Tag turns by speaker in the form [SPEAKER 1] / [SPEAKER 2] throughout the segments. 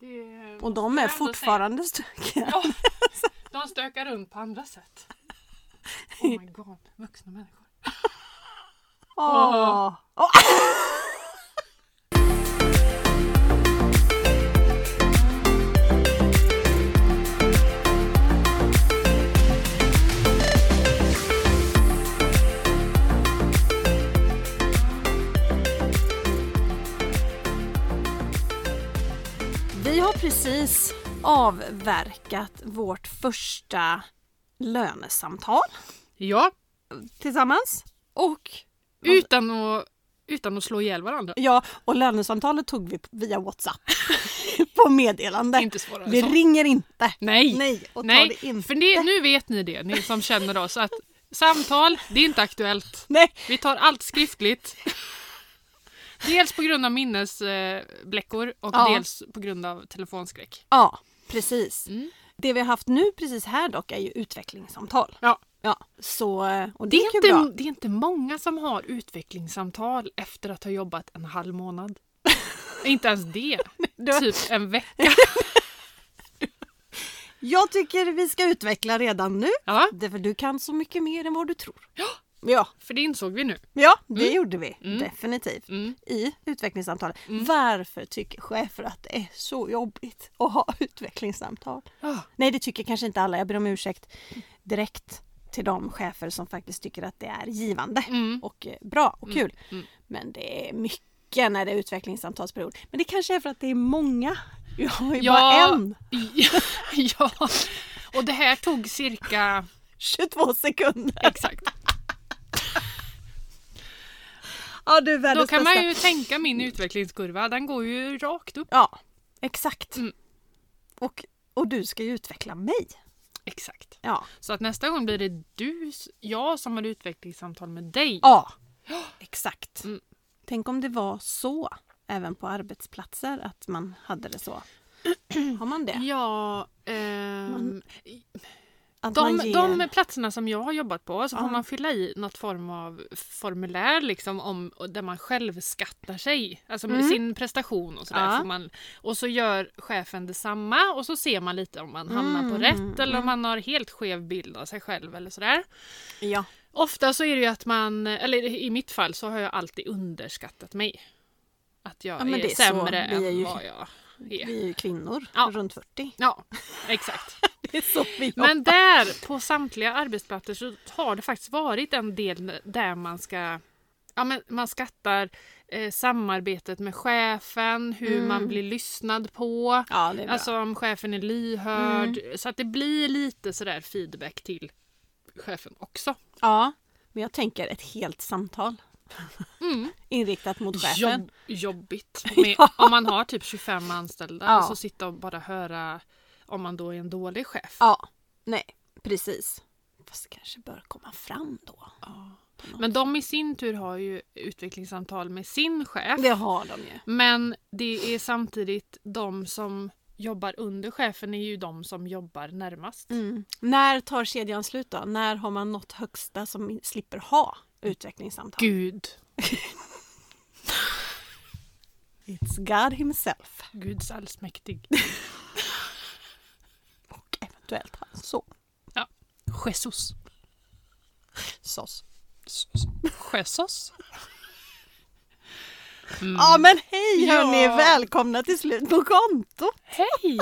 [SPEAKER 1] Det
[SPEAKER 2] Och de
[SPEAKER 1] måste jag
[SPEAKER 2] är
[SPEAKER 1] ändå
[SPEAKER 2] fortfarande stökiga.
[SPEAKER 1] säga. Ja, de stökar runt på andra sätt. Oh my god, vuxna människor.
[SPEAKER 2] Åh. Åh. Vi har precis avverkat vårt första lönesamtal
[SPEAKER 1] Ja,
[SPEAKER 2] tillsammans. Och
[SPEAKER 1] utan att, utan att slå ihjäl varandra.
[SPEAKER 2] Ja, och lönesamtalet tog vi via WhatsApp. på meddelande.
[SPEAKER 1] Inte svårare än
[SPEAKER 2] vi
[SPEAKER 1] så.
[SPEAKER 2] ringer inte.
[SPEAKER 1] Nej,
[SPEAKER 2] Nej, och
[SPEAKER 1] nej,
[SPEAKER 2] tar det inte.
[SPEAKER 1] för det, nu vet ni det, ni som känner oss. att Samtal, det är inte aktuellt.
[SPEAKER 2] Nej,
[SPEAKER 1] Vi tar allt skriftligt. Dels på grund av minnesbläckor och
[SPEAKER 2] Ja.
[SPEAKER 1] dels på grund av telefonskräck.
[SPEAKER 2] ja, precis.
[SPEAKER 1] Mm.
[SPEAKER 2] Det vi har haft nu precis här dock är ju utvecklingssamtal.
[SPEAKER 1] Ja.
[SPEAKER 2] Ja, så, och
[SPEAKER 1] Det,
[SPEAKER 2] det, är ju
[SPEAKER 1] är
[SPEAKER 2] bra.
[SPEAKER 1] inte, det är inte många som har utvecklingssamtal efter att ha jobbat en halv månad. inte ens det.
[SPEAKER 2] Du-
[SPEAKER 1] Typ en vecka.
[SPEAKER 2] Jag tycker vi ska utveckla redan nu.
[SPEAKER 1] Ja,
[SPEAKER 2] Därför du kan så mycket mer än vad du tror. Ja,
[SPEAKER 1] för det insåg vi nu.
[SPEAKER 2] ja det gjorde vi definitivt
[SPEAKER 1] Mm.
[SPEAKER 2] i utvecklingssamtalet. Varför tycker chefer att det är så jobbigt att ha utvecklingssamtal?
[SPEAKER 1] Ja.
[SPEAKER 2] Nej, det tycker kanske inte alla. Jag ber om ursäkt direkt till de chefer som faktiskt tycker att det är givande
[SPEAKER 1] Mm.
[SPEAKER 2] och eh, bra och kul. Men det är mycket när det är utvecklingssamtalsperiod. Men det kanske är för att det är många. Jag har ju bara en.
[SPEAKER 1] ja. Och det här tog cirka...
[SPEAKER 2] 22 sekunder.
[SPEAKER 1] Exakt.
[SPEAKER 2] Ja, du är
[SPEAKER 1] Då
[SPEAKER 2] världens
[SPEAKER 1] kan man
[SPEAKER 2] bästa.
[SPEAKER 1] ju tänka min utvecklingskurva. Den går ju rakt upp.
[SPEAKER 2] Ja, exakt.
[SPEAKER 1] Mm.
[SPEAKER 2] Och, och du ska ju utveckla mig.
[SPEAKER 1] Exakt.
[SPEAKER 2] Ja,
[SPEAKER 1] Så att nästa gång blir det du, jag som har utvecklingssamtal med dig.
[SPEAKER 2] ja. exakt.
[SPEAKER 1] Mm.
[SPEAKER 2] Tänk om det var så även på arbetsplatser att man hade det så. Har man det?
[SPEAKER 1] Ja, ehm,
[SPEAKER 2] Att
[SPEAKER 1] de,
[SPEAKER 2] man ger-
[SPEAKER 1] de platserna som jag har jobbat på så får
[SPEAKER 2] Ja.
[SPEAKER 1] man fylla i något form av formulär liksom om, och där man själv skattar sig. Alltså med
[SPEAKER 2] Mm.
[SPEAKER 1] sin prestation och sådär.
[SPEAKER 2] Ja.
[SPEAKER 1] får Man, och så gör chefen detsamma och så ser man lite om man hamnar på
[SPEAKER 2] Mm,
[SPEAKER 1] rätt eller om man har helt skev bild av sig själv eller sådär.
[SPEAKER 2] Ja.
[SPEAKER 1] Ofta så är det ju att man, eller i mitt fall så har jag alltid underskattat mig. Att jag
[SPEAKER 2] Ja, men
[SPEAKER 1] är,
[SPEAKER 2] det är så.
[SPEAKER 1] sämre
[SPEAKER 2] Vi
[SPEAKER 1] än
[SPEAKER 2] är ju-
[SPEAKER 1] vad jag är.
[SPEAKER 2] Vi är ju kvinnor
[SPEAKER 1] Ja.
[SPEAKER 2] runt 40.
[SPEAKER 1] Ja, exakt.
[SPEAKER 2] Det är så vi
[SPEAKER 1] Men där, på samtliga arbetsplatser, så har det faktiskt varit en del där man ska Ja, men man skattar eh, samarbetet med chefen, hur
[SPEAKER 2] Mm.
[SPEAKER 1] man blir lyssnad på.
[SPEAKER 2] Ja, Mm. det är bra.
[SPEAKER 1] Alltså om chefen är lyhörd. Så att det blir lite sådär feedback till chefen också.
[SPEAKER 2] ja, men jag tänker ett helt samtal
[SPEAKER 1] Mm.
[SPEAKER 2] inriktat mot chefen.
[SPEAKER 1] Jobb, jobbigt. Med, Om man har typ 25 anställda
[SPEAKER 2] Ja.
[SPEAKER 1] och så sitta och bara höra om man då är en dålig chef.
[SPEAKER 2] Ja, nej, precis. Fast det kanske bör komma fram då.
[SPEAKER 1] Men de i sin tur har ju utvecklingssamtal med sin chef.
[SPEAKER 2] Det har de ju.
[SPEAKER 1] Men det är samtidigt de som jobbar under chefen är ju de som jobbar närmast.
[SPEAKER 2] När tar kedjan slut då? När har man nått högsta som i- slipper ha utvecklingssamtal?
[SPEAKER 1] Gud.
[SPEAKER 2] It's God himself.
[SPEAKER 1] Guds allsmäktig.
[SPEAKER 2] Och eventuellt hans son.
[SPEAKER 1] Jesus.
[SPEAKER 2] Sos.
[SPEAKER 1] Jesus. Mm.
[SPEAKER 2] Ja men hej
[SPEAKER 1] Ja.
[SPEAKER 2] hörni! Välkomna till slut på konto!
[SPEAKER 1] Hej!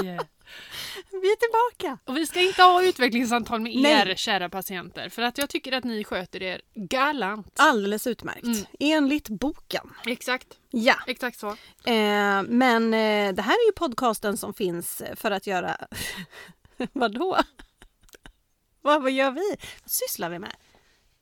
[SPEAKER 2] Vi är tillbaka!
[SPEAKER 1] Och vi ska inte ha utvecklingssamtal med er
[SPEAKER 2] Nej.
[SPEAKER 1] kära patienter för att jag tycker att ni sköter er galant.
[SPEAKER 2] Alldeles utmärkt.
[SPEAKER 1] Mm.
[SPEAKER 2] Enligt boken.
[SPEAKER 1] Ah, Exakt,
[SPEAKER 2] Ja.
[SPEAKER 1] exakt så.
[SPEAKER 2] Eh, men eh, det här är ju podcasten som finns eh, för att göra... Vadå? vad, vad gör vi? Vad sysslar vi med?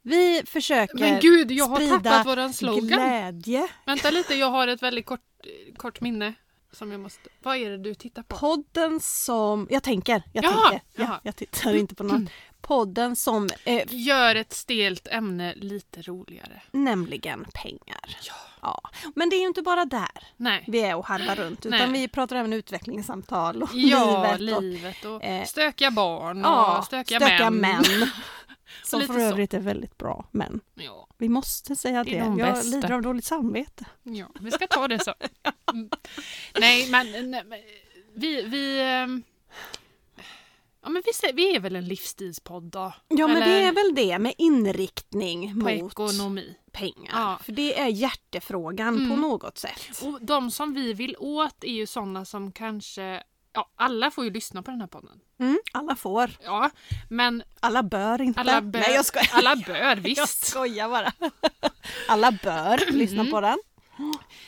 [SPEAKER 2] Vi försöker
[SPEAKER 1] Men gud, jag har
[SPEAKER 2] sprida
[SPEAKER 1] tappat våran slogan.
[SPEAKER 2] glädje.
[SPEAKER 1] Vänta lite, jag har ett väldigt kort, eh, kort minne som jag måste... Vad är det du tittar på?
[SPEAKER 2] Podden som... Jag tänker. Jag,
[SPEAKER 1] Jaha,
[SPEAKER 2] tänker. Ja,
[SPEAKER 1] jaha. Mm.
[SPEAKER 2] jag tittar inte på någon. Podden som... Eh,
[SPEAKER 1] Gör ett stelt ämne lite roligare.
[SPEAKER 2] nämligen pengar. Ja. Men det är ju inte bara där
[SPEAKER 1] Nej.
[SPEAKER 2] vi är och harvar runt. Utan
[SPEAKER 1] Nej.
[SPEAKER 2] vi pratar även utvecklingssamtal och
[SPEAKER 1] Ja,
[SPEAKER 2] livet. Och,
[SPEAKER 1] livet och
[SPEAKER 2] eh,
[SPEAKER 1] stökiga barn och
[SPEAKER 2] Ja,
[SPEAKER 1] stökiga, män.
[SPEAKER 2] Som
[SPEAKER 1] lite
[SPEAKER 2] för
[SPEAKER 1] så.
[SPEAKER 2] övrigt är väldigt bra män.
[SPEAKER 1] Ja,
[SPEAKER 2] Vi måste säga det.
[SPEAKER 1] Det är de
[SPEAKER 2] jag
[SPEAKER 1] bästa.
[SPEAKER 2] lider av dåligt samvete.
[SPEAKER 1] ja, vi ska ta det så. Mm. Nej, men... Nej, men Vi, vi, ehm, ja, men vi, sä- vi är väl en livsstilspodd då?
[SPEAKER 2] Ja, men
[SPEAKER 1] Eller
[SPEAKER 2] det är väl det med inriktning
[SPEAKER 1] på
[SPEAKER 2] mot
[SPEAKER 1] ekonomi.
[SPEAKER 2] pengar.
[SPEAKER 1] Ja. Mm.
[SPEAKER 2] För det är hjärtefrågan på något sätt.
[SPEAKER 1] Och de som vi vill åt är ju sådana som kanske... Ja, alla får ju lyssna på den här podden.
[SPEAKER 2] Mm, alla får.
[SPEAKER 1] Ja, men
[SPEAKER 2] Alla bör inte.
[SPEAKER 1] alla bör,
[SPEAKER 2] Nej, jag skojar.
[SPEAKER 1] alla bör
[SPEAKER 2] Jag
[SPEAKER 1] visst. Mm.
[SPEAKER 2] skojar bara. Alla bör lyssna på den.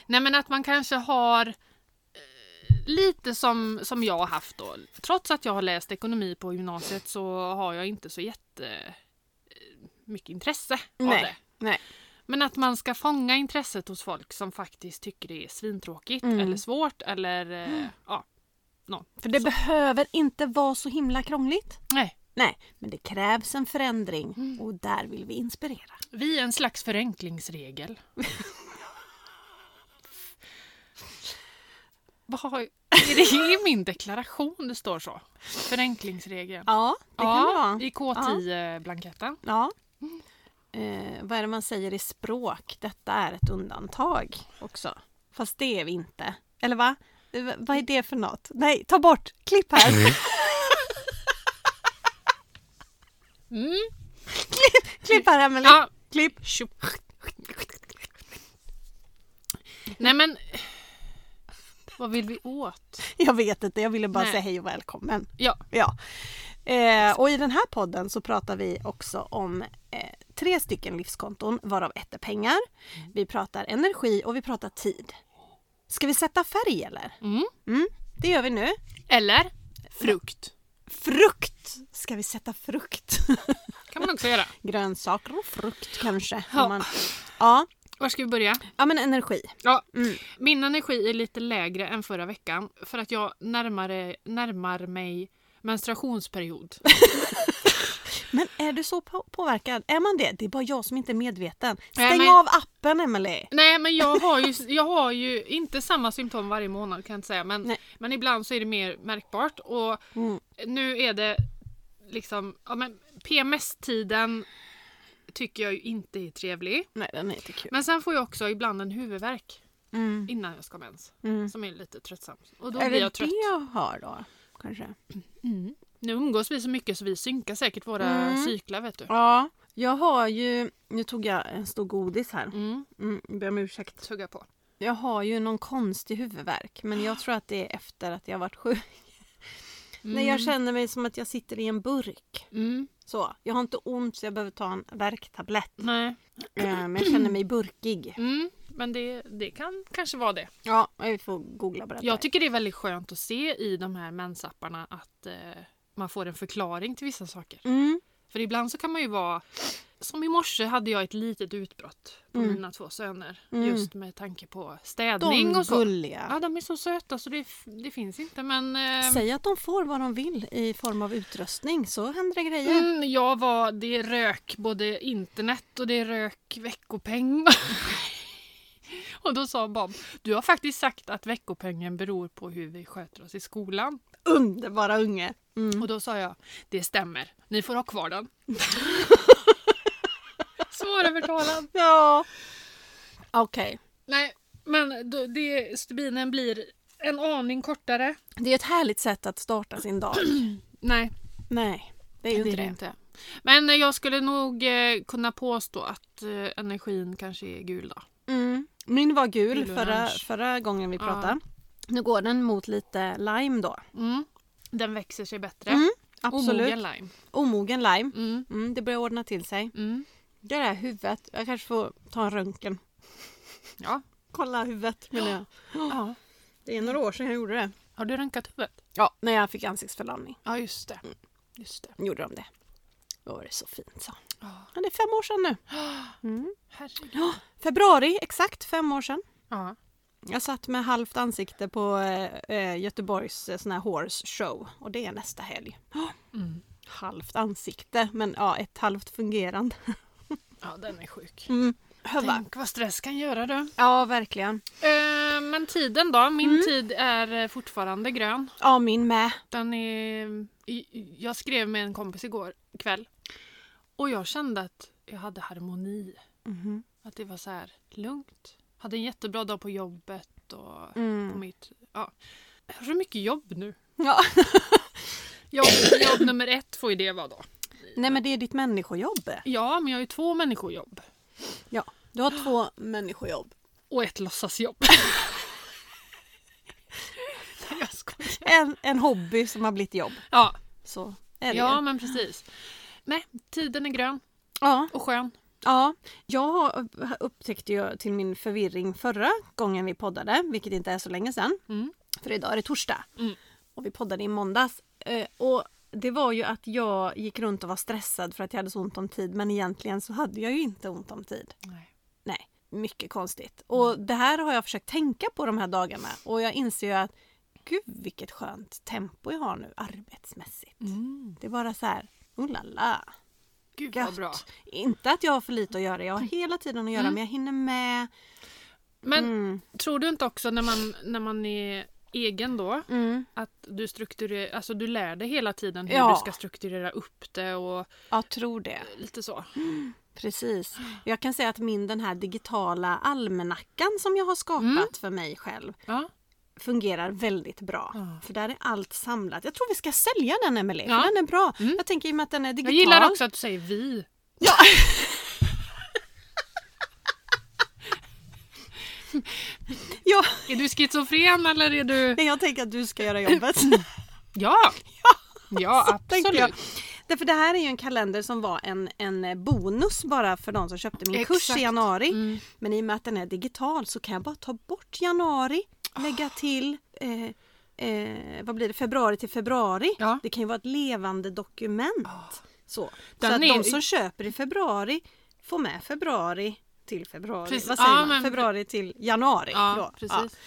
[SPEAKER 1] Nej, men att man kanske har eh, lite som, som jag har haft då. Trots att jag har läst ekonomi på gymnasiet så har jag inte så jätte eh, mycket intresse av det.
[SPEAKER 2] Nej. Nej.
[SPEAKER 1] Men att man ska fånga intresset hos folk som faktiskt tycker det är svintråkigt
[SPEAKER 2] Mm.
[SPEAKER 1] eller svårt eller eh, ja.
[SPEAKER 2] För det behöver inte vara så himla krångligt.
[SPEAKER 1] Nej.
[SPEAKER 2] Nej, men det krävs en förändring
[SPEAKER 1] Mm.
[SPEAKER 2] och där vill vi inspirera.
[SPEAKER 1] Vi är en slags förenklingsregel. Vad har jag- är det i min deklaration det står så? Förenklingsregeln.
[SPEAKER 2] Ja, det kan det vara.
[SPEAKER 1] i K10-blanketten.
[SPEAKER 2] Ja. Eh, vad är det man säger i språk? Detta är ett undantag också. Fast det är vi inte. Eller va? Eh, v- vad är det för något? Nej, ta bort! Klipp här! Klipp- Klipp här Emelie!
[SPEAKER 1] Mm. Ja.
[SPEAKER 2] Klipp!
[SPEAKER 1] Tjup. Nej men, vad vill vi åt?
[SPEAKER 2] Jag vet inte, jag ville bara
[SPEAKER 1] Nej.
[SPEAKER 2] säga hej och välkommen.
[SPEAKER 1] Ja,
[SPEAKER 2] Ja. Eh, och i den här podden så pratar vi också om eh, tre stycken livskonton varav ett är pengar. Vi pratar energi och vi pratar tid. Ska vi sätta färg eller?
[SPEAKER 1] Mm.
[SPEAKER 2] det gör vi nu.
[SPEAKER 1] eller frukt.
[SPEAKER 2] Frukt! Ska vi sätta frukt?
[SPEAKER 1] kan man också göra.
[SPEAKER 2] Grönsaker och frukt kanske.
[SPEAKER 1] Ja.
[SPEAKER 2] Ja. Man... Ja.
[SPEAKER 1] Var ska vi börja?
[SPEAKER 2] ja, men energi. Mm.
[SPEAKER 1] Ja. Min energi är lite lägre än förra veckan för att jag närmare, närmar mig menstruationsperiod.
[SPEAKER 2] Men är du så på- påverkad? Är man det? Det är bara jag som inte är medveten. Stäng
[SPEAKER 1] Nej, men-
[SPEAKER 2] av appen Emelie!
[SPEAKER 1] Nej men jag har, ju, jag har ju inte samma symptom varje månad kan jag inte säga men,
[SPEAKER 2] Nej.
[SPEAKER 1] men ibland så är det mer märkbart och
[SPEAKER 2] Mm.
[SPEAKER 1] nu är det liksom, ja men PMS-tiden tycker jag ju inte är trevlig.
[SPEAKER 2] Nej, den är inte kul.
[SPEAKER 1] Men sen får jag också ibland en huvudvärk
[SPEAKER 2] Mm.
[SPEAKER 1] innan jag ska ha mens
[SPEAKER 2] Mm.
[SPEAKER 1] som är lite tröttsam. Och då
[SPEAKER 2] Är
[SPEAKER 1] blir
[SPEAKER 2] det
[SPEAKER 1] jag trött.
[SPEAKER 2] det jag har då? Kanske?
[SPEAKER 1] Nu umgås vi så mycket så vi synkar säkert våra
[SPEAKER 2] Mm.
[SPEAKER 1] cyklar vet du.
[SPEAKER 2] Ja, jag har ju... Nu tog jag en stor godis här.
[SPEAKER 1] Mm,
[SPEAKER 2] Mm, jag ber om ursäkt.
[SPEAKER 1] tugga på.
[SPEAKER 2] Jag har ju någon konstig huvudvärk men jag tror att det är efter att jag varit sjuk. Nej, jag känner mig som att jag sitter i en burk.
[SPEAKER 1] Mm,
[SPEAKER 2] Så, jag har inte ont så jag behöver ta en värktablett.
[SPEAKER 1] nej.
[SPEAKER 2] Eh, Men jag känner mig burkig.
[SPEAKER 1] Mm, men det, det kan kanske vara det.
[SPEAKER 2] Ja, vi får googla på det
[SPEAKER 1] Jag tycker det är väldigt skönt att se i de här mensapparna att eh, man får en förklaring till vissa saker.
[SPEAKER 2] mm.
[SPEAKER 1] För ibland så kan man ju vara... Som i morse hade jag ett litet utbrott på
[SPEAKER 2] Mm.
[SPEAKER 1] mina två söner.
[SPEAKER 2] Mm.
[SPEAKER 1] Just med tanke på städning
[SPEAKER 2] De
[SPEAKER 1] och så.
[SPEAKER 2] gulliga.
[SPEAKER 1] Ja, de är så söta så det, f- det finns inte men... Eh,
[SPEAKER 2] Säg att de får vad de vill i form av utrustning så händer det grejer.
[SPEAKER 1] mm, jag var... Det rök både internet och det rök veckopeng. och då sa Bob, du har faktiskt sagt att veckopengen beror på hur vi sköter oss i skolan.
[SPEAKER 2] Underbara unge! Mm.
[SPEAKER 1] Och då sa jag, det stämmer, ni får ha kvar den. Svårövertalad.
[SPEAKER 2] Ja. Okej.
[SPEAKER 1] Nej, men då, det, stubinen blir en aning kortare.
[SPEAKER 2] Det är ett härligt sätt att starta sin dag.
[SPEAKER 1] Nej,
[SPEAKER 2] Nej, det är
[SPEAKER 1] det är
[SPEAKER 2] ju inte
[SPEAKER 1] det
[SPEAKER 2] det.
[SPEAKER 1] inte. Men eh, jag skulle nog eh, kunna påstå att eh, energin kanske är gul då.
[SPEAKER 2] Mm. Min var gul
[SPEAKER 1] Gul och
[SPEAKER 2] förra,
[SPEAKER 1] orange.
[SPEAKER 2] förra gången vi
[SPEAKER 1] Ja.
[SPEAKER 2] pratade. Nu går den mot lite lime då.
[SPEAKER 1] Mm. Den växer sig bättre.
[SPEAKER 2] Mm,
[SPEAKER 1] Omogen
[SPEAKER 2] Absolut.
[SPEAKER 1] lime.
[SPEAKER 2] Omogen lime.
[SPEAKER 1] Mm,
[SPEAKER 2] Mm, det börjar ordna till sig.
[SPEAKER 1] mm.
[SPEAKER 2] Det där huvudet. Jag kanske får ta en röntgen.
[SPEAKER 1] Ja.
[SPEAKER 2] Kolla huvudet menar jag.
[SPEAKER 1] ja.
[SPEAKER 2] Det är några år sedan jag gjorde det.
[SPEAKER 1] Har du röntgat huvudet?
[SPEAKER 2] Ja, när jag fick ansiktsförlamning
[SPEAKER 1] Ja, just det. Just det.
[SPEAKER 2] gjorde de det. Då var det så fint så.
[SPEAKER 1] Ja.
[SPEAKER 2] Ja, det är fem år sedan nu. Mm.
[SPEAKER 1] Herregud.
[SPEAKER 2] Ja, februari, exakt fem år sedan.
[SPEAKER 1] Ja.
[SPEAKER 2] Jag satt med halvt ansikte på eh, eh, Göteborgs eh, sån här horse show och det är nästa helg.
[SPEAKER 1] Mm.
[SPEAKER 2] halvt ansikte, men ja, ett halvt fungerande.
[SPEAKER 1] ja, den är sjuk.
[SPEAKER 2] Mm. Höva.
[SPEAKER 1] Tänk vad stress kan göra du.
[SPEAKER 2] Ja, verkligen.
[SPEAKER 1] Eh, men tiden då? Min
[SPEAKER 2] Mm.
[SPEAKER 1] tid är eh, fortfarande grön.
[SPEAKER 2] Ja, min med.
[SPEAKER 1] Den är, i- jag skrev med en kompis igår kväll och jag kände att jag hade harmoni.
[SPEAKER 2] Mhm.
[SPEAKER 1] Att det var så här lugnt. Hade en jättebra dag på jobbet och på
[SPEAKER 2] Mm.
[SPEAKER 1] mitt... Ja. Hur mycket jobb nu?
[SPEAKER 2] Ja.
[SPEAKER 1] Jobb, jobb nummer ett får ju det vara då.
[SPEAKER 2] Nej men det är ditt människojobb.
[SPEAKER 1] Ja, men jag har ju två människojobb.
[SPEAKER 2] Ja. Du har två människojobb.
[SPEAKER 1] Och ett låtsasjobb. Nej, jag skojar.
[SPEAKER 2] En, en hobby som har blivit jobb.
[SPEAKER 1] Ja,
[SPEAKER 2] Så är det
[SPEAKER 1] ja
[SPEAKER 2] ju.
[SPEAKER 1] men precis. Nej, tiden är grön
[SPEAKER 2] ja.
[SPEAKER 1] och skön.
[SPEAKER 2] Ja, jag har- upptäckte ju till min förvirring förra gången vi poddade, vilket inte är så länge sedan.
[SPEAKER 1] Mm.
[SPEAKER 2] För idag är det torsdag.
[SPEAKER 1] Mm.
[SPEAKER 2] Och vi poddade i måndags. Eh, Och det var ju att jag gick runt och var stressad för att jag hade så ont om tid. Men egentligen så hade jag ju inte ont om tid.
[SPEAKER 1] Nej.
[SPEAKER 2] Nej, mycket konstigt. Och
[SPEAKER 1] Mm.
[SPEAKER 2] det här har jag försökt tänka på de här dagarna. Och jag inser ju att gud vilket skönt tempo jag har nu arbetsmässigt.
[SPEAKER 1] Mm.
[SPEAKER 2] Det är bara så här, oh la la.
[SPEAKER 1] Gud vad
[SPEAKER 2] Gött.
[SPEAKER 1] bra.
[SPEAKER 2] Inte att jag har för lite att göra, jag har hela tiden att göra
[SPEAKER 1] Mm.
[SPEAKER 2] men jag hinner med.
[SPEAKER 1] Men
[SPEAKER 2] Mm.
[SPEAKER 1] tror du inte också när man, när man är egen då
[SPEAKER 2] Mm.
[SPEAKER 1] att du strukturerar, alltså du lär dig hela tiden hur
[SPEAKER 2] Ja.
[SPEAKER 1] du ska strukturera upp det och
[SPEAKER 2] Jag tror det.
[SPEAKER 1] lite så.
[SPEAKER 2] Precis. Jag kan säga att min den här digitala almanackan som jag har skapat
[SPEAKER 1] Mm.
[SPEAKER 2] för mig själv
[SPEAKER 1] Ja.
[SPEAKER 2] fungerar väldigt bra.
[SPEAKER 1] Ja.
[SPEAKER 2] För där är allt samlat. Jag tror vi ska sälja den Emelie,
[SPEAKER 1] Ja.
[SPEAKER 2] för den är bra.
[SPEAKER 1] Mm.
[SPEAKER 2] Jag tänker i och med att den är
[SPEAKER 1] Jag
[SPEAKER 2] digital.
[SPEAKER 1] gillar också att du säger vi.
[SPEAKER 2] Ja. ja,
[SPEAKER 1] Är du schizofren eller är du...
[SPEAKER 2] nej, jag tänker att du ska göra jobbet.
[SPEAKER 1] Ja! Ja,
[SPEAKER 2] Tänkte
[SPEAKER 1] absolut.
[SPEAKER 2] jag. Därför det här är ju en kalender som var en, en eh, bonus bara för de som köpte min kurs
[SPEAKER 1] Exakt.
[SPEAKER 2] i januari.
[SPEAKER 1] Mm.
[SPEAKER 2] Men i och med att den är digital så kan jag bara ta bort januari,
[SPEAKER 1] Ah.
[SPEAKER 2] lägga till eh, eh, vad blir det, februari till februari.
[SPEAKER 1] Ja.
[SPEAKER 2] Det kan ju vara ett levande dokument. Så, så
[SPEAKER 1] Den
[SPEAKER 2] att
[SPEAKER 1] är-
[SPEAKER 2] de som köper i februari får med februari till februari.
[SPEAKER 1] Precis.
[SPEAKER 2] Vad säger
[SPEAKER 1] Ja,
[SPEAKER 2] man?
[SPEAKER 1] men-
[SPEAKER 2] Februari till januari.
[SPEAKER 1] Ja,
[SPEAKER 2] då.
[SPEAKER 1] precis.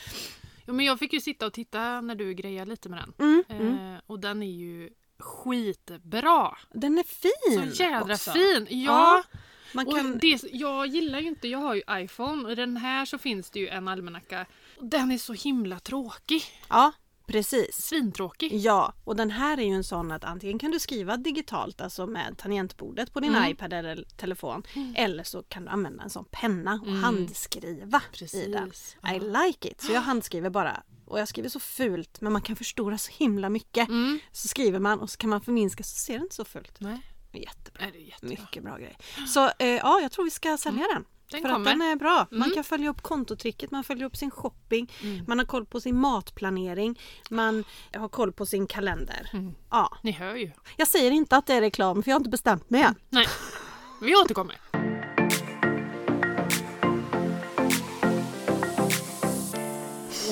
[SPEAKER 1] Jo, men jag fick ju sitta och titta när du grejade lite med den.
[SPEAKER 2] Ja. Mm, mm.
[SPEAKER 1] Eh, och den är ju skitbra.
[SPEAKER 2] Den är fin!
[SPEAKER 1] Så jädra
[SPEAKER 2] också.
[SPEAKER 1] fin! Ja,
[SPEAKER 2] Ja, Man
[SPEAKER 1] och
[SPEAKER 2] kan...
[SPEAKER 1] det, jag gillar ju inte, jag har ju iPhone och i den här så finns det ju en almanacka. Den är så himla tråkig.
[SPEAKER 2] Ja, precis.
[SPEAKER 1] Svintråkig.
[SPEAKER 2] Ja, och den här är ju en sån att antingen kan du skriva digitalt, alltså med tangentbordet på din
[SPEAKER 1] Mm.
[SPEAKER 2] iPad eller telefon. Eller så kan du använda en sån penna och handskriva i den.
[SPEAKER 1] Mm. Precis.
[SPEAKER 2] I like it! Så jag handskriver bara. Och jag skriver så fult, men man kan förstora så himla mycket.
[SPEAKER 1] Mm.
[SPEAKER 2] Så skriver man och så kan man förminska så ser det inte så fult.
[SPEAKER 1] Nej,
[SPEAKER 2] Jättebra.
[SPEAKER 1] nej, det är jättebra.
[SPEAKER 2] Mycket bra grej. Så eh, ja, jag tror vi ska sälja Mm. den.
[SPEAKER 1] Den
[SPEAKER 2] För
[SPEAKER 1] kommer.
[SPEAKER 2] att den är bra. Man
[SPEAKER 1] Mm.
[SPEAKER 2] kan följa upp kontotricket, man följer upp sin shopping,
[SPEAKER 1] Mm.
[SPEAKER 2] man har koll på sin matplanering, man har koll på sin kalender.
[SPEAKER 1] Mm.
[SPEAKER 2] Ja.
[SPEAKER 1] Ni hör ju.
[SPEAKER 2] Jag säger inte att det är reklam för jag har inte bestämt mig än.
[SPEAKER 1] Nej, vi återkommer.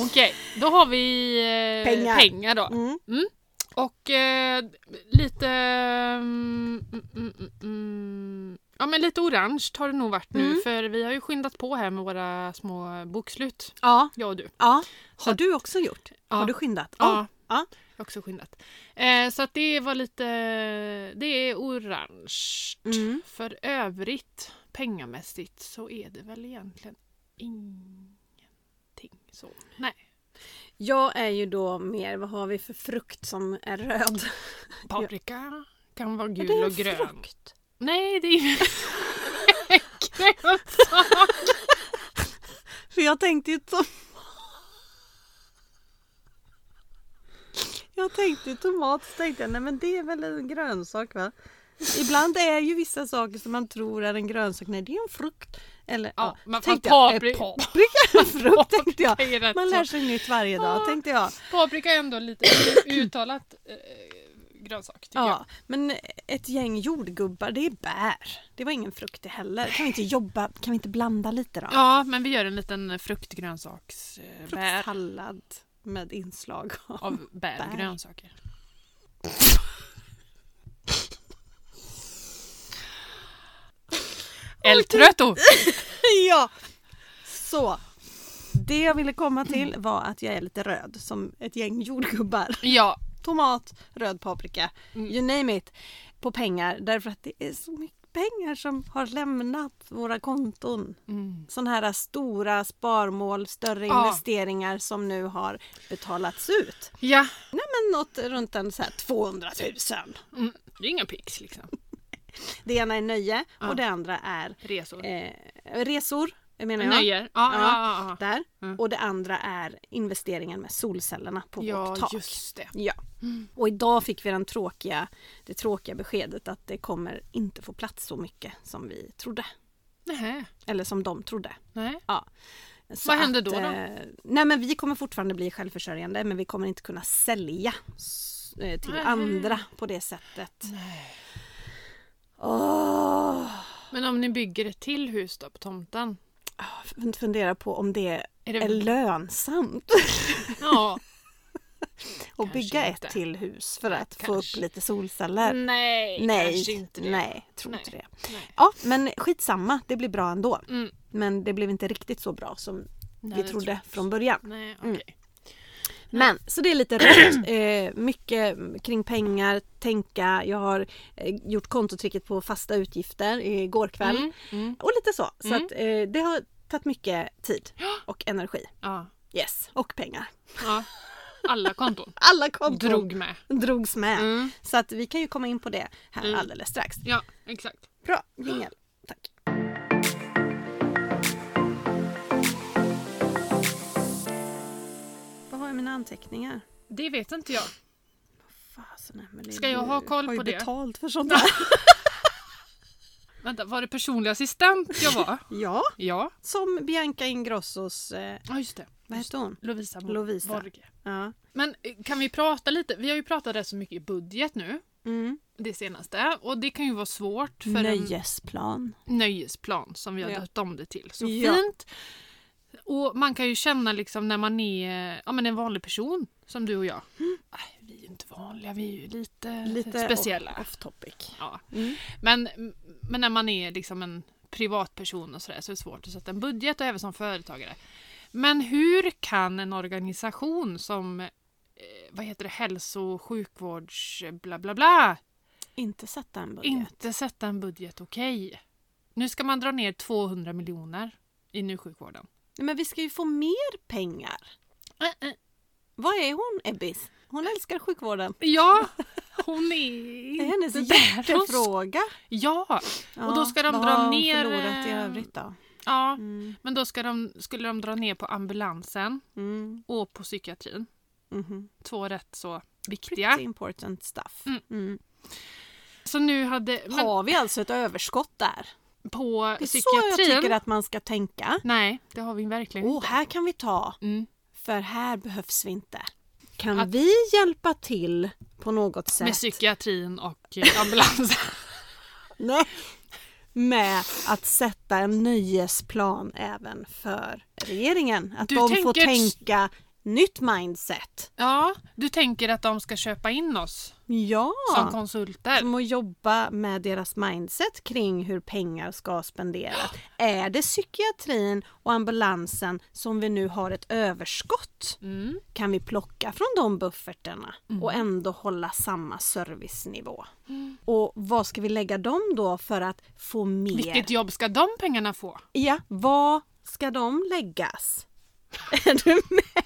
[SPEAKER 1] Okej, då har vi eh,
[SPEAKER 2] Pengar.
[SPEAKER 1] pengar då.
[SPEAKER 2] Mm.
[SPEAKER 1] Och eh, lite... mm, mm, mm, mm. Ja men lite orange har det nog varit nu
[SPEAKER 2] Mm.
[SPEAKER 1] för vi har ju skyndat på här med våra små bokslut,
[SPEAKER 2] Ja.
[SPEAKER 1] jag och du.
[SPEAKER 2] ja.
[SPEAKER 1] Så
[SPEAKER 2] Har
[SPEAKER 1] att-
[SPEAKER 2] du också gjort?
[SPEAKER 1] Ja.
[SPEAKER 2] Har du skyndat?
[SPEAKER 1] Ja.
[SPEAKER 2] Ja.
[SPEAKER 1] Jag har också skyndat. Eh, så att det var lite... Det är orange.
[SPEAKER 2] Mm.
[SPEAKER 1] För övrigt, pengamässigt, så är det väl egentligen ingenting så. Nej.
[SPEAKER 2] Jag är ju då mer, vad har vi för frukt som är röd?
[SPEAKER 1] Paprika kan vara
[SPEAKER 2] är det
[SPEAKER 1] gul
[SPEAKER 2] en
[SPEAKER 1] och grön.
[SPEAKER 2] frukt?
[SPEAKER 1] Nej, det är ju en grönsak.
[SPEAKER 2] För jag tänkte ju tom... Jag tänkte ju tomat, så tänkte jag nej men det är väl en grönsak va? Ibland är ju vissa saker som man tror är en grönsak, nej det är en frukt. Eller,
[SPEAKER 1] Ja, men fan,
[SPEAKER 2] tänkte jag, eh,
[SPEAKER 1] papri-
[SPEAKER 2] paprika är en frukt tänkte jag.
[SPEAKER 1] Det är rätt
[SPEAKER 2] Man lär
[SPEAKER 1] så.
[SPEAKER 2] sig nytt varje dag tänkte jag.
[SPEAKER 1] Paprika är ändå lite uttalat eh, grönsak tycker jag.
[SPEAKER 2] Ja, men ett gäng jordgubbar det är bär. Det var ingen frukt det heller. Kan vi inte jobba, kan vi inte blanda lite då?
[SPEAKER 1] Ja, men vi gör en liten fruktgrönsaks... eh, bär-
[SPEAKER 2] Fruktsallad med inslag av
[SPEAKER 1] av bär,
[SPEAKER 2] Bär.
[SPEAKER 1] och grönsaker. El Tröto!
[SPEAKER 2] Ja! Så. Det jag ville komma till var att jag är lite röd som ett gäng jordgubbar.
[SPEAKER 1] Ja,
[SPEAKER 2] Tomat, röd paprika,
[SPEAKER 1] Mm.
[SPEAKER 2] you name it. På pengar därför att det är så mycket pengar som har lämnat våra konton.
[SPEAKER 1] mm.
[SPEAKER 2] Sådana här stora sparmål, större
[SPEAKER 1] Ja.
[SPEAKER 2] investeringar som nu har betalats ut.
[SPEAKER 1] ja.
[SPEAKER 2] Nej men något runt en så här 200 000.
[SPEAKER 1] Mm. det är inga pix liksom.
[SPEAKER 2] Det ena är nöje
[SPEAKER 1] Ja.
[SPEAKER 2] och det andra är
[SPEAKER 1] Resor.
[SPEAKER 2] eh, resor, menar jag.
[SPEAKER 1] Nöjer. Ja,
[SPEAKER 2] Ja.
[SPEAKER 1] ja. Ja, ja,
[SPEAKER 2] Där.
[SPEAKER 1] Mm.
[SPEAKER 2] Och det andra är investeringen med solcellerna på vårt
[SPEAKER 1] ja
[SPEAKER 2] tak.
[SPEAKER 1] just det. Mm.
[SPEAKER 2] Ja. Och idag fick vi den tråkiga, det tråkiga beskedet att det kommer inte få plats så mycket som vi trodde.
[SPEAKER 1] Nähä.
[SPEAKER 2] Eller som de trodde.
[SPEAKER 1] Nej.
[SPEAKER 2] Så
[SPEAKER 1] Vad händer då då?
[SPEAKER 2] eh, Nej men vi kommer fortfarande bli självförsörjande men vi kommer inte kunna sälja s- eh, till
[SPEAKER 1] Nej.
[SPEAKER 2] andra på det sättet.
[SPEAKER 1] Nej.
[SPEAKER 2] Åh!
[SPEAKER 1] Men om ni bygger ett till hus då på tomten?
[SPEAKER 2] Ah, fun- Fundera på om det
[SPEAKER 1] Är
[SPEAKER 2] är
[SPEAKER 1] det...
[SPEAKER 2] lönsamt
[SPEAKER 1] Ja.
[SPEAKER 2] att bygga ett
[SPEAKER 1] inte.
[SPEAKER 2] till hus för att få upp
[SPEAKER 1] Kanske.
[SPEAKER 2] lite solceller.
[SPEAKER 1] Nej,
[SPEAKER 2] nej,
[SPEAKER 1] kanske inte det.
[SPEAKER 2] nej, tror
[SPEAKER 1] Nej.
[SPEAKER 2] inte det.
[SPEAKER 1] Nej.
[SPEAKER 2] Ja, men skitsamma, det blir bra ändå.
[SPEAKER 1] Mm.
[SPEAKER 2] Men det blev inte riktigt så bra som
[SPEAKER 1] Nej,
[SPEAKER 2] vi
[SPEAKER 1] det
[SPEAKER 2] trodde
[SPEAKER 1] tror-
[SPEAKER 2] från början.
[SPEAKER 1] Nej, okej.
[SPEAKER 2] Men så det är lite rött. Eh, mycket kring pengar, tänka. Jag har eh, gjort kontotricket på fasta utgifter igår kväll.
[SPEAKER 1] Mm, mm.
[SPEAKER 2] Och lite så. Så
[SPEAKER 1] Mm.
[SPEAKER 2] att, eh, det har tagit mycket tid och energi.
[SPEAKER 1] Ja.
[SPEAKER 2] Yes. Och pengar.
[SPEAKER 1] ja. Alla konton
[SPEAKER 2] Alla konton
[SPEAKER 1] drog med.
[SPEAKER 2] drogs med.
[SPEAKER 1] Mm.
[SPEAKER 2] Så att vi kan ju komma in på det här
[SPEAKER 1] Mm.
[SPEAKER 2] alldeles strax.
[SPEAKER 1] Ja, exakt.
[SPEAKER 2] Bra, jingel. Tack. Vad har jag mina anteckningar?
[SPEAKER 1] Det vet inte jag.
[SPEAKER 2] Fasen Emelie,
[SPEAKER 1] Ska jag ha koll
[SPEAKER 2] du har ju
[SPEAKER 1] på det?
[SPEAKER 2] betalt för sånt här.
[SPEAKER 1] Vänta, var det personlig assistent jag var?
[SPEAKER 2] ja,
[SPEAKER 1] ja.
[SPEAKER 2] som Bianca Ingrossos, eh,
[SPEAKER 1] Ja, just det.
[SPEAKER 2] vad heter hon?
[SPEAKER 1] Lovisa, Mo-
[SPEAKER 2] Lovisa.
[SPEAKER 1] Borge.
[SPEAKER 2] Ja.
[SPEAKER 1] Men eh, kan vi prata lite? Vi har ju pratat rätt så mycket i budget nu.
[SPEAKER 2] Mm.
[SPEAKER 1] Det senaste. Och det kan ju vara svårt för en
[SPEAKER 2] Nöjesplan.
[SPEAKER 1] nöjesplan som vi har
[SPEAKER 2] Ja.
[SPEAKER 1] döpt om det till. Så
[SPEAKER 2] Ja.
[SPEAKER 1] fint! Och man kan ju känna liksom när man är ja, men en vanlig person som du och jag. Nej, vi är ju inte vanliga, vi är ju lite,
[SPEAKER 2] Mm. Lite
[SPEAKER 1] speciella.
[SPEAKER 2] Off, off topic.
[SPEAKER 1] Ja.
[SPEAKER 2] Mm.
[SPEAKER 1] Men, men när man är liksom en privatperson och sådär så är det svårt att sätta en budget och även som företagare. Men hur kan en organisation som eh, vad heter det, hälso och sjukvårds bla bla bla
[SPEAKER 2] Inte sätta en budget.
[SPEAKER 1] inte sätta en budget okej? Nu ska man dra ner 200 miljoner i nu sjukvården.
[SPEAKER 2] Nej, Men vi ska ju få mer pengar.
[SPEAKER 1] Eh, eh,
[SPEAKER 2] Vad är hon Ebbis? Hon älskar sjukvården.
[SPEAKER 1] Ja, hon är
[SPEAKER 2] Det är hennes
[SPEAKER 1] inte där. Hon-
[SPEAKER 2] hjärtefråga.
[SPEAKER 1] Ja,
[SPEAKER 2] Ja,
[SPEAKER 1] Och då ska de
[SPEAKER 2] vad
[SPEAKER 1] dra
[SPEAKER 2] har hon
[SPEAKER 1] ner,
[SPEAKER 2] förlorat i
[SPEAKER 1] eh,
[SPEAKER 2] övrigt då?
[SPEAKER 1] ja.
[SPEAKER 2] Mm.
[SPEAKER 1] men då ska de, skulle de dra ner på ambulansen
[SPEAKER 2] Mm.
[SPEAKER 1] och på psykiatrin.
[SPEAKER 2] mhm.
[SPEAKER 1] Två rätt så viktiga.
[SPEAKER 2] Pretty important stuff.
[SPEAKER 1] Mm.
[SPEAKER 2] Mm.
[SPEAKER 1] Så nu hade... Men
[SPEAKER 2] Har vi alltså ett överskott där?
[SPEAKER 1] på
[SPEAKER 2] Det är så jag
[SPEAKER 1] psykiatrin...
[SPEAKER 2] tycker att Mm. man ska tänka.
[SPEAKER 1] Nej, det har vi verkligen
[SPEAKER 2] Åh, här kan vi ta,
[SPEAKER 1] mm.
[SPEAKER 2] för här behövs vi inte. Kan
[SPEAKER 1] Att-
[SPEAKER 2] vi hjälpa till på något sätt?
[SPEAKER 1] Med psykiatrin och eh, ambulansen.
[SPEAKER 2] Nej. Med att sätta en nöjesplan även för regeringen. Att
[SPEAKER 1] Du
[SPEAKER 2] de får
[SPEAKER 1] tänker ett-
[SPEAKER 2] tänka nytt mindset.
[SPEAKER 1] ja, du tänker att de ska köpa in oss
[SPEAKER 2] Ja,
[SPEAKER 1] som konsulter?
[SPEAKER 2] som att jobba med deras mindset kring hur pengar ska spenderas. Är det psykiatrin och ambulansen som vi nu har ett överskott?
[SPEAKER 1] Mm.
[SPEAKER 2] Kan vi plocka från de buffertarna och ändå hålla samma servicenivå?
[SPEAKER 1] Mm.
[SPEAKER 2] Och vad ska vi lägga dem då för att få mer?
[SPEAKER 1] Vilket jobb ska de pengarna få?
[SPEAKER 2] Ja, vad ska de läggas? Är du med?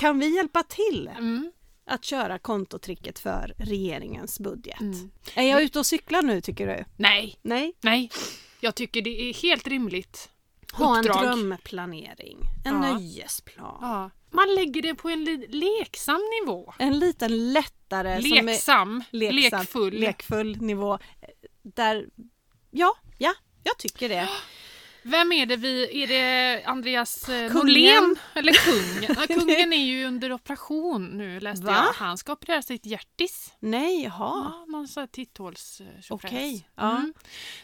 [SPEAKER 2] Kan vi hjälpa till
[SPEAKER 1] Mm.
[SPEAKER 2] att köra kontotricket för regeringens budget?
[SPEAKER 1] Mm.
[SPEAKER 2] Är jag ute och cyklar nu tycker du?
[SPEAKER 1] Nej,
[SPEAKER 2] Nej?
[SPEAKER 1] nej. Jag tycker det är helt rimligt.
[SPEAKER 2] Ha en
[SPEAKER 1] Uppdrag.
[SPEAKER 2] drömplanering, en
[SPEAKER 1] Ja.
[SPEAKER 2] nöjesplan.
[SPEAKER 1] Ja. Man lägger det på en li- leksam nivå.
[SPEAKER 2] En liten lättare, Eh, som är
[SPEAKER 1] Leksam,
[SPEAKER 2] leksam,
[SPEAKER 1] lekfull.
[SPEAKER 2] lekfull nivå. eh, Där, ja, ja, jag tycker det.
[SPEAKER 1] Vem är det vi... Är det Andreas eh,
[SPEAKER 2] Kungen.
[SPEAKER 1] Norlén? Eller kung? Ja, kungen är ju under operation nu läste
[SPEAKER 2] Va?
[SPEAKER 1] jag. Han ska operera sitt hjärtis.
[SPEAKER 2] Nej, jaha.
[SPEAKER 1] Ja, någon sån här titthåls... eh, tjofräs.
[SPEAKER 2] Okej, ja.
[SPEAKER 1] Mm.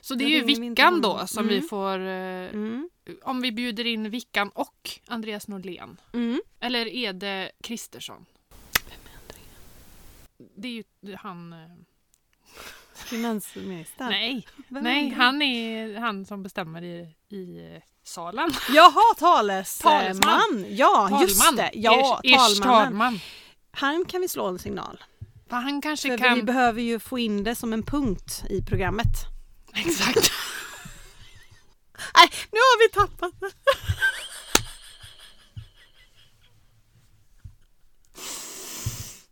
[SPEAKER 1] Så det är
[SPEAKER 2] Då
[SPEAKER 1] ju
[SPEAKER 2] ringer vi inte
[SPEAKER 1] Vickan
[SPEAKER 2] honom.
[SPEAKER 1] då som vi
[SPEAKER 2] Mm.
[SPEAKER 1] får... eh,
[SPEAKER 2] Mm.
[SPEAKER 1] Om vi bjuder in Vickan och Andreas Norlén.
[SPEAKER 2] Mm.
[SPEAKER 1] Eller är det Kristersson? Det är ju han... eh,
[SPEAKER 2] Finansministern.
[SPEAKER 1] Nej,
[SPEAKER 2] Vem är
[SPEAKER 1] nej
[SPEAKER 2] det?
[SPEAKER 1] han är han som bestämmer i, i eh, salen.
[SPEAKER 2] Jaha, talesman!
[SPEAKER 1] Talesman.
[SPEAKER 2] Ja,
[SPEAKER 1] Talman.
[SPEAKER 2] just det. Ja,
[SPEAKER 1] Ers- ers
[SPEAKER 2] talmannen.
[SPEAKER 1] talman.
[SPEAKER 2] Han kan vi slå en signal.
[SPEAKER 1] För han kanske
[SPEAKER 2] För
[SPEAKER 1] kan...
[SPEAKER 2] vi behöver ju få in det som en punkt i programmet.
[SPEAKER 1] Exakt.
[SPEAKER 2] Nej, nu har vi tappat det.
[SPEAKER 1] Mm.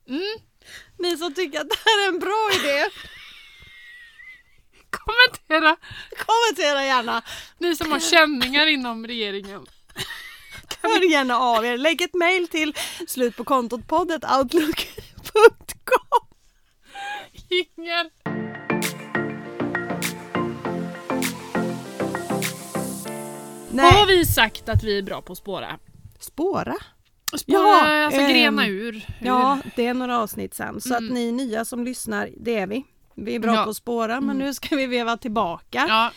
[SPEAKER 2] Mm. Ni som tycker att det här är en bra idé.
[SPEAKER 1] Kommentera Kommentera
[SPEAKER 2] Kommentera gärna!
[SPEAKER 1] ni som har känningar inom regeringen.
[SPEAKER 2] Hör gärna av er. Lägg ett mejl till slutpåkontotpoddet.outlook.com
[SPEAKER 1] Inger! Vad har
[SPEAKER 2] Nej,
[SPEAKER 1] vi sagt att vi är bra på att spåra?
[SPEAKER 2] spåra.
[SPEAKER 1] Spåra,
[SPEAKER 2] Ja,
[SPEAKER 1] alltså
[SPEAKER 2] ehm,
[SPEAKER 1] grena ur. ur.
[SPEAKER 2] Ja, det är några avsnitt sen. Så
[SPEAKER 1] Mm.
[SPEAKER 2] att ni nya som lyssnar, det är vi. Vi är bra
[SPEAKER 1] Ja.
[SPEAKER 2] på att spåra men nu ska vi veva tillbaka.
[SPEAKER 1] Ja.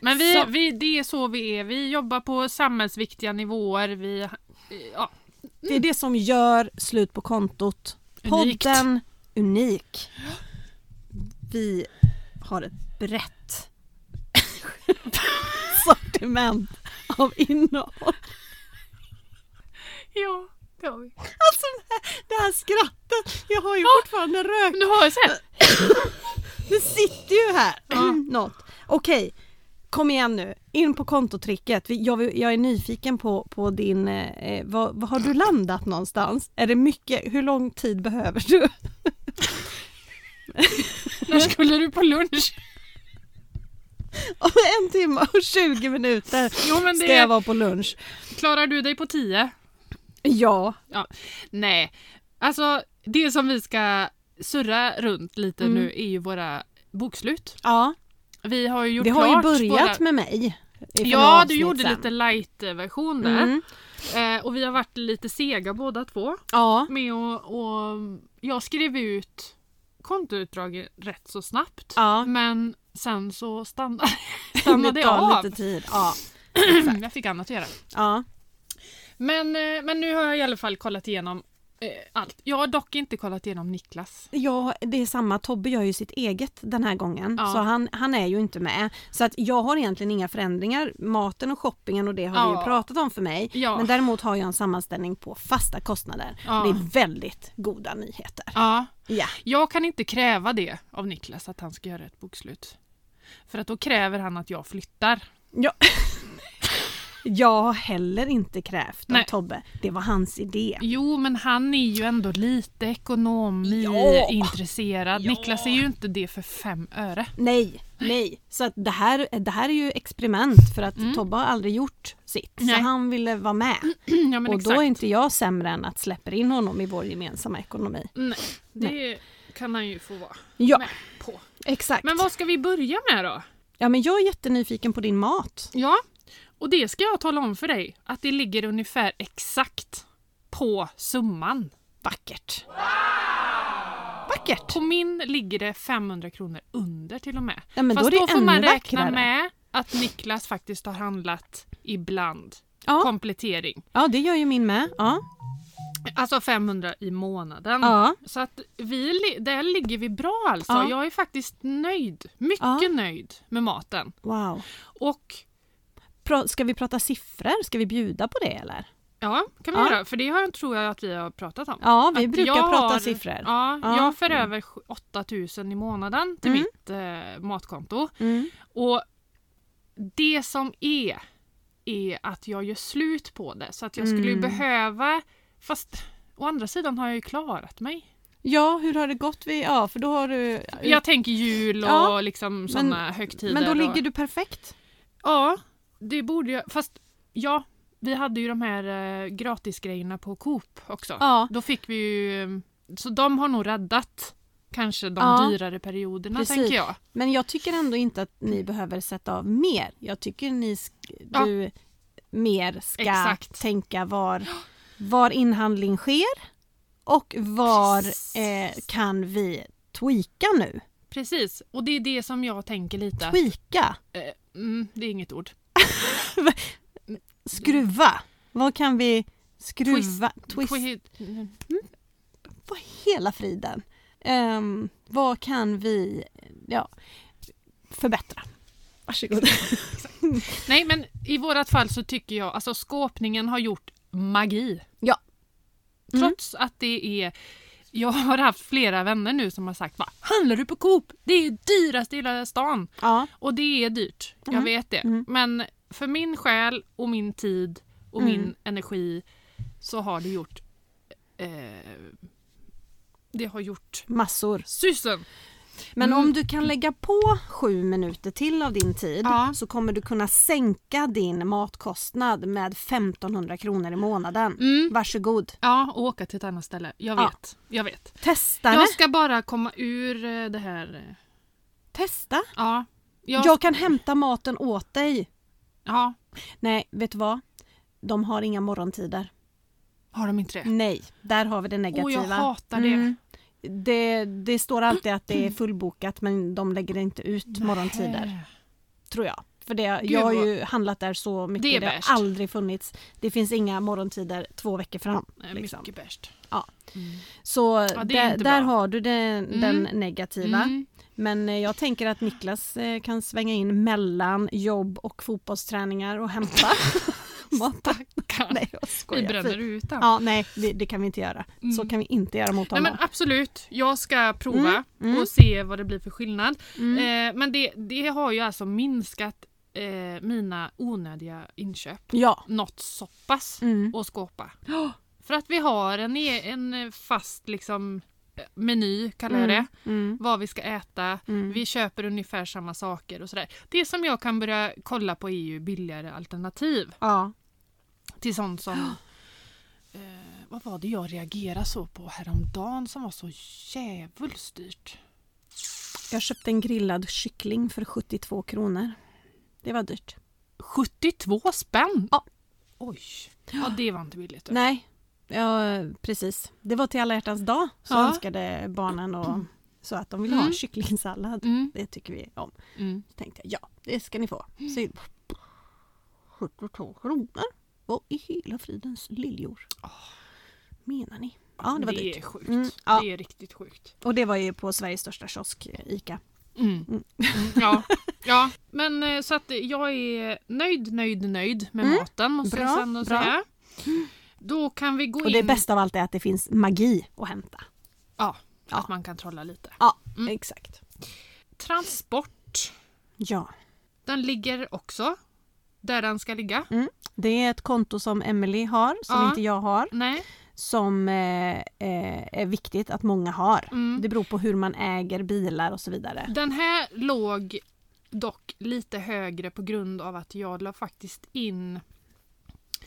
[SPEAKER 1] Men vi,
[SPEAKER 2] Så-
[SPEAKER 1] vi, det är så vi är. Vi jobbar på samhällsviktiga nivåer. Vi, eh, ja,
[SPEAKER 2] Det är det som gör Slut på kontot.
[SPEAKER 1] Unikt.
[SPEAKER 2] Podden Unik. Vi har ett brett sortiment av innehåll.
[SPEAKER 1] ja det har vi.
[SPEAKER 2] Alltså det här, det här skrattet, jag har ju fortfarande rök.
[SPEAKER 1] Du har ju sett.
[SPEAKER 2] Det sitter ju här.
[SPEAKER 1] Ja.
[SPEAKER 2] Något. Okej, kom igen nu. In på kontotricket. Vi- Jag, vill- jag är nyfiken på, på din... Eh, vad, vad har du landat någonstans? Är det mycket? Hur lång tid behöver du?
[SPEAKER 1] När
[SPEAKER 2] Mm.
[SPEAKER 1] skulle du på lunch?
[SPEAKER 2] Om en timme och 20 minuter
[SPEAKER 1] Jo men
[SPEAKER 2] ska jag
[SPEAKER 1] det,
[SPEAKER 2] vara på lunch.
[SPEAKER 1] klarar du dig på tio?
[SPEAKER 2] Ja.
[SPEAKER 1] Nej, alltså det som vi ska surra runt lite
[SPEAKER 2] Mm.
[SPEAKER 1] nu är ju våra bokslut.
[SPEAKER 2] ja.
[SPEAKER 1] Vi har ju gjort
[SPEAKER 2] Det har ju
[SPEAKER 1] klart
[SPEAKER 2] börjat
[SPEAKER 1] våra...
[SPEAKER 2] med mig. i för några
[SPEAKER 1] Ja, du
[SPEAKER 2] avsnitt
[SPEAKER 1] gjorde
[SPEAKER 2] sen.
[SPEAKER 1] lite light-version där.
[SPEAKER 2] Mm.
[SPEAKER 1] Eh, och vi har varit lite sega båda två.
[SPEAKER 2] Ja.
[SPEAKER 1] Med och, och jag skrev ut kontoutdrag rätt så snabbt.
[SPEAKER 2] Ja.
[SPEAKER 1] Men sen så stannade,
[SPEAKER 2] Det
[SPEAKER 1] stannade jag
[SPEAKER 2] tar
[SPEAKER 1] av.
[SPEAKER 2] lite tid. Ja.
[SPEAKER 1] jag fick annat att göra.
[SPEAKER 2] ja.
[SPEAKER 1] Men, eh, men nu har jag i alla fall kollat igenom eh, allt. Jag har dock inte kollat igenom Niklas.
[SPEAKER 2] Ja, det är samma. Tobbe gör ju sitt eget den här gången.
[SPEAKER 1] Ja.
[SPEAKER 2] Så han, han är ju inte med. Så att jag har egentligen inga förändringar. Maten och shoppingen och det har vi
[SPEAKER 1] Ja.
[SPEAKER 2] ju pratat om för mig.
[SPEAKER 1] Ja.
[SPEAKER 2] Men däremot har jag en sammanställning på fasta kostnader.
[SPEAKER 1] Ja.
[SPEAKER 2] Det är väldigt goda nyheter.
[SPEAKER 1] Ja.
[SPEAKER 2] Ja.
[SPEAKER 1] Jag kan inte kräva det av Niklas att han ska göra ett bokslut. För att då kräver han att jag flyttar.
[SPEAKER 2] Ja. Jag har heller inte krävt av
[SPEAKER 1] Nej.
[SPEAKER 2] Tobbe. Det var hans idé.
[SPEAKER 1] Jo, men han är ju ändå lite
[SPEAKER 2] Ja.
[SPEAKER 1] ekonomiintresserad.
[SPEAKER 2] Ja.
[SPEAKER 1] Niklas är ju inte det för fem öre.
[SPEAKER 2] Nej, nej. Så att det, här, det här är ju experiment för att Tobbe har aldrig gjort sitt.
[SPEAKER 1] Mm. Nej.
[SPEAKER 2] Så han ville vara med.
[SPEAKER 1] Ja, men
[SPEAKER 2] och
[SPEAKER 1] exakt.
[SPEAKER 2] då är inte jag sämre än att släpper in honom i vår gemensamma ekonomi.
[SPEAKER 1] Nej, det kan han ju få vara
[SPEAKER 2] Ja,
[SPEAKER 1] med på.
[SPEAKER 2] exakt.
[SPEAKER 1] Men vad ska vi börja med då?
[SPEAKER 2] Ja, men jag är jättenyfiken på din mat.
[SPEAKER 1] Ja, och det ska jag tala om för dig. Att det ligger ungefär exakt på summan.
[SPEAKER 2] Vackert. Vackert!
[SPEAKER 1] På min ligger det 500 kronor under till och med.
[SPEAKER 2] Ja, men då
[SPEAKER 1] Fast
[SPEAKER 2] är det
[SPEAKER 1] då,
[SPEAKER 2] ju
[SPEAKER 1] får man
[SPEAKER 2] ännu
[SPEAKER 1] räkna
[SPEAKER 2] vackrare.
[SPEAKER 1] med att Niklas faktiskt har handlat ibland.
[SPEAKER 2] Ja,
[SPEAKER 1] Komplettering.
[SPEAKER 2] ja, det gör ju min med. Ja.
[SPEAKER 1] Alltså 500 i månaden.
[SPEAKER 2] Ja.
[SPEAKER 1] Så att vi, li- där ligger vi bra alltså.
[SPEAKER 2] Ja.
[SPEAKER 1] Jag är faktiskt nöjd. Mycket
[SPEAKER 2] Ja.
[SPEAKER 1] nöjd med maten.
[SPEAKER 2] Wow.
[SPEAKER 1] Och
[SPEAKER 2] Pra- ska vi prata siffror? Ska vi bjuda på det eller?
[SPEAKER 1] Ja, kan vi
[SPEAKER 2] Ja.
[SPEAKER 1] göra. För det har, tror jag att vi har pratat om.
[SPEAKER 2] Ja, vi
[SPEAKER 1] Att
[SPEAKER 2] brukar
[SPEAKER 1] jag
[SPEAKER 2] prata
[SPEAKER 1] har-
[SPEAKER 2] siffror.
[SPEAKER 1] Ja,
[SPEAKER 2] Ja.
[SPEAKER 1] Jag för över 8000 i månaden till
[SPEAKER 2] Mm.
[SPEAKER 1] mitt eh, matkonto.
[SPEAKER 2] Mm.
[SPEAKER 1] Och det som är, är att jag gör slut på det. Så att jag skulle ju
[SPEAKER 2] Mm.
[SPEAKER 1] behöva... Fast å andra sidan har jag ju klarat mig.
[SPEAKER 2] Ja, hur har det gått? Vi, ja, för då har du...
[SPEAKER 1] Jag tänker jul och
[SPEAKER 2] Ja,
[SPEAKER 1] liksom sådana högtider.
[SPEAKER 2] men då
[SPEAKER 1] och,
[SPEAKER 2] ligger du perfekt.
[SPEAKER 1] Ja, det borde jag. Fast ja, vi hade ju de här eh, gratisgrejerna på Coop också.
[SPEAKER 2] Ja.
[SPEAKER 1] Då fick vi ju... eh, Så de har nog räddat kanske de
[SPEAKER 2] Ja.
[SPEAKER 1] dyrare perioderna
[SPEAKER 2] Precis.
[SPEAKER 1] tänker jag.
[SPEAKER 2] Men jag tycker ändå inte att ni behöver sätta av mer. Jag tycker ni sk-
[SPEAKER 1] Ja.
[SPEAKER 2] du mer ska
[SPEAKER 1] Exakt.
[SPEAKER 2] tänka var, var inhandling sker och var
[SPEAKER 1] Precis.
[SPEAKER 2] eh, kan vi tweaka nu?
[SPEAKER 1] Precis, och det är det som jag tänker lite. att-
[SPEAKER 2] Tweaka?
[SPEAKER 1] eh, Mm, det är inget ord.
[SPEAKER 2] Skruva? Vad kan vi skruva? Twist?
[SPEAKER 1] Skit-
[SPEAKER 2] Vad hela friden? Ehm, vad kan vi ja, förbättra? Varsågod.
[SPEAKER 1] Nej, men i vårat fall så tycker jag alltså skåpningen har gjort magi.
[SPEAKER 2] Ja. Mm.
[SPEAKER 1] Trots att det är... Jag har haft flera vänner nu som har sagt va, handlar du på Coop? Det är dyrast i hela stan.
[SPEAKER 2] Ja.
[SPEAKER 1] Och det är dyrt, jag
[SPEAKER 2] Mm.
[SPEAKER 1] vet det.
[SPEAKER 2] Mm.
[SPEAKER 1] Men för min själ och min tid och
[SPEAKER 2] Mm.
[SPEAKER 1] min energi så har det gjort... Eh, det har gjort
[SPEAKER 2] Massor.
[SPEAKER 1] susen!
[SPEAKER 2] Men om du kan lägga på sju minuter till av din tid
[SPEAKER 1] Ja.
[SPEAKER 2] så kommer du kunna sänka din matkostnad med 1500 kronor i månaden.
[SPEAKER 1] Mm.
[SPEAKER 2] Varsågod,
[SPEAKER 1] Ja, och åka till ett annat ställe. Jag
[SPEAKER 2] Ja.
[SPEAKER 1] vet. Jag vet.
[SPEAKER 2] testa det.
[SPEAKER 1] Jag ska bara komma ur eh, det här. eh,
[SPEAKER 2] Testa.
[SPEAKER 1] Ja. Jag,
[SPEAKER 2] Jag kan hämta maten åt dig.
[SPEAKER 1] ja.
[SPEAKER 2] Nej, vet du vad? De har inga morgontider.
[SPEAKER 1] Har de inte det?
[SPEAKER 2] Nej, där har vi det negativa.
[SPEAKER 1] Åh, jag hatar det.
[SPEAKER 2] Mm. Det, det står alltid att det är fullbokat men de lägger inte ut morgontider.
[SPEAKER 1] Nähä.
[SPEAKER 2] tror jag. För det,
[SPEAKER 1] Gud,
[SPEAKER 2] jag har
[SPEAKER 1] vad-
[SPEAKER 2] ju handlat där så mycket.
[SPEAKER 1] Det är
[SPEAKER 2] Det, har
[SPEAKER 1] värst.
[SPEAKER 2] aldrig funnits. Det finns inga morgontider två veckor fram.
[SPEAKER 1] Nej,
[SPEAKER 2] liksom.
[SPEAKER 1] Mycket bäst.
[SPEAKER 2] Så
[SPEAKER 1] Ja, det är
[SPEAKER 2] där,
[SPEAKER 1] inte
[SPEAKER 2] där
[SPEAKER 1] bra.
[SPEAKER 2] har du den, den negativa.
[SPEAKER 1] Mm.
[SPEAKER 2] Men eh, jag tänker att Niklas eh, kan svänga in mellan jobb och fotbollsträningar och hämta mat.
[SPEAKER 1] Kan.
[SPEAKER 2] Nej, jag
[SPEAKER 1] Vi
[SPEAKER 2] skojar.
[SPEAKER 1] bränner ut den.
[SPEAKER 2] Ja, nej, det, det kan vi inte göra. Så
[SPEAKER 1] Mm.
[SPEAKER 2] kan vi inte göra mot
[SPEAKER 1] Nej
[SPEAKER 2] honom.
[SPEAKER 1] men absolut, jag ska prova
[SPEAKER 2] Mm, mm.
[SPEAKER 1] och se vad det blir för skillnad.
[SPEAKER 2] Mm.
[SPEAKER 1] Eh, men det, det har ju alltså minskat eh, mina onödiga inköp
[SPEAKER 2] Ja.
[SPEAKER 1] något så pass
[SPEAKER 2] Mm.
[SPEAKER 1] och skåpa. För att vi har en, e- en fast liksom, eh, meny, kallar jag det.
[SPEAKER 2] Mm.
[SPEAKER 1] Vad vi ska äta,
[SPEAKER 2] Mm.
[SPEAKER 1] vi köper ungefär samma saker och sådär. Det som jag kan börja kolla på är ju billigare alternativ
[SPEAKER 2] Ja.
[SPEAKER 1] till sånt som... Eh, vad var det jag reagerade så på häromdagen som var så djävulskt dyrt?
[SPEAKER 2] Jag köpte en grillad kyckling för 72 kronor. Det var dyrt.
[SPEAKER 1] 72 spänn?
[SPEAKER 2] Ja.
[SPEAKER 1] Oj. Ja, det var inte billigt. du.
[SPEAKER 2] Nej, ja, precis. Det var till alla hjärtans dag så
[SPEAKER 1] Ja.
[SPEAKER 2] önskade barnen och så att de ville ha en
[SPEAKER 1] Mm.
[SPEAKER 2] kycklingsallad.
[SPEAKER 1] Mm,
[SPEAKER 2] Det tycker vi om.
[SPEAKER 1] mm.
[SPEAKER 2] Tänkte jag, ja det ska ni få. Så 72 kronor. Vad i hela fridens liljor menar ni? Ja det var
[SPEAKER 1] det är
[SPEAKER 2] dyrt.
[SPEAKER 1] sjukt.
[SPEAKER 2] Mm, ja.
[SPEAKER 1] Det är riktigt sjukt.
[SPEAKER 2] Och det var ju på Sveriges största kiosk, eh, ICA.
[SPEAKER 1] Mm.
[SPEAKER 2] Mm.
[SPEAKER 1] Mm, Ja. ja, men eh, så att eh, jag är nöjd, nöjd, nöjd med
[SPEAKER 2] Mm.
[SPEAKER 1] maten måste
[SPEAKER 2] Bra,
[SPEAKER 1] jag ändå
[SPEAKER 2] bra.
[SPEAKER 1] säga. Då kan vi gå in...
[SPEAKER 2] Och det bästa av allt är att det finns magi att hämta.
[SPEAKER 1] Ja,
[SPEAKER 2] Ja.
[SPEAKER 1] att man kan trolla lite.
[SPEAKER 2] Ja,
[SPEAKER 1] Mm.
[SPEAKER 2] exakt.
[SPEAKER 1] Transport.
[SPEAKER 2] Ja,
[SPEAKER 1] Den ligger också där den ska ligga.
[SPEAKER 2] det är ett konto som Emily har som
[SPEAKER 1] Ja.
[SPEAKER 2] inte jag har.
[SPEAKER 1] Nej.
[SPEAKER 2] som eh, eh, är viktigt att många har.
[SPEAKER 1] Mm.
[SPEAKER 2] Det beror på hur man äger bilar och så vidare.
[SPEAKER 1] Den här låg dock lite högre på grund av att jag la faktiskt in...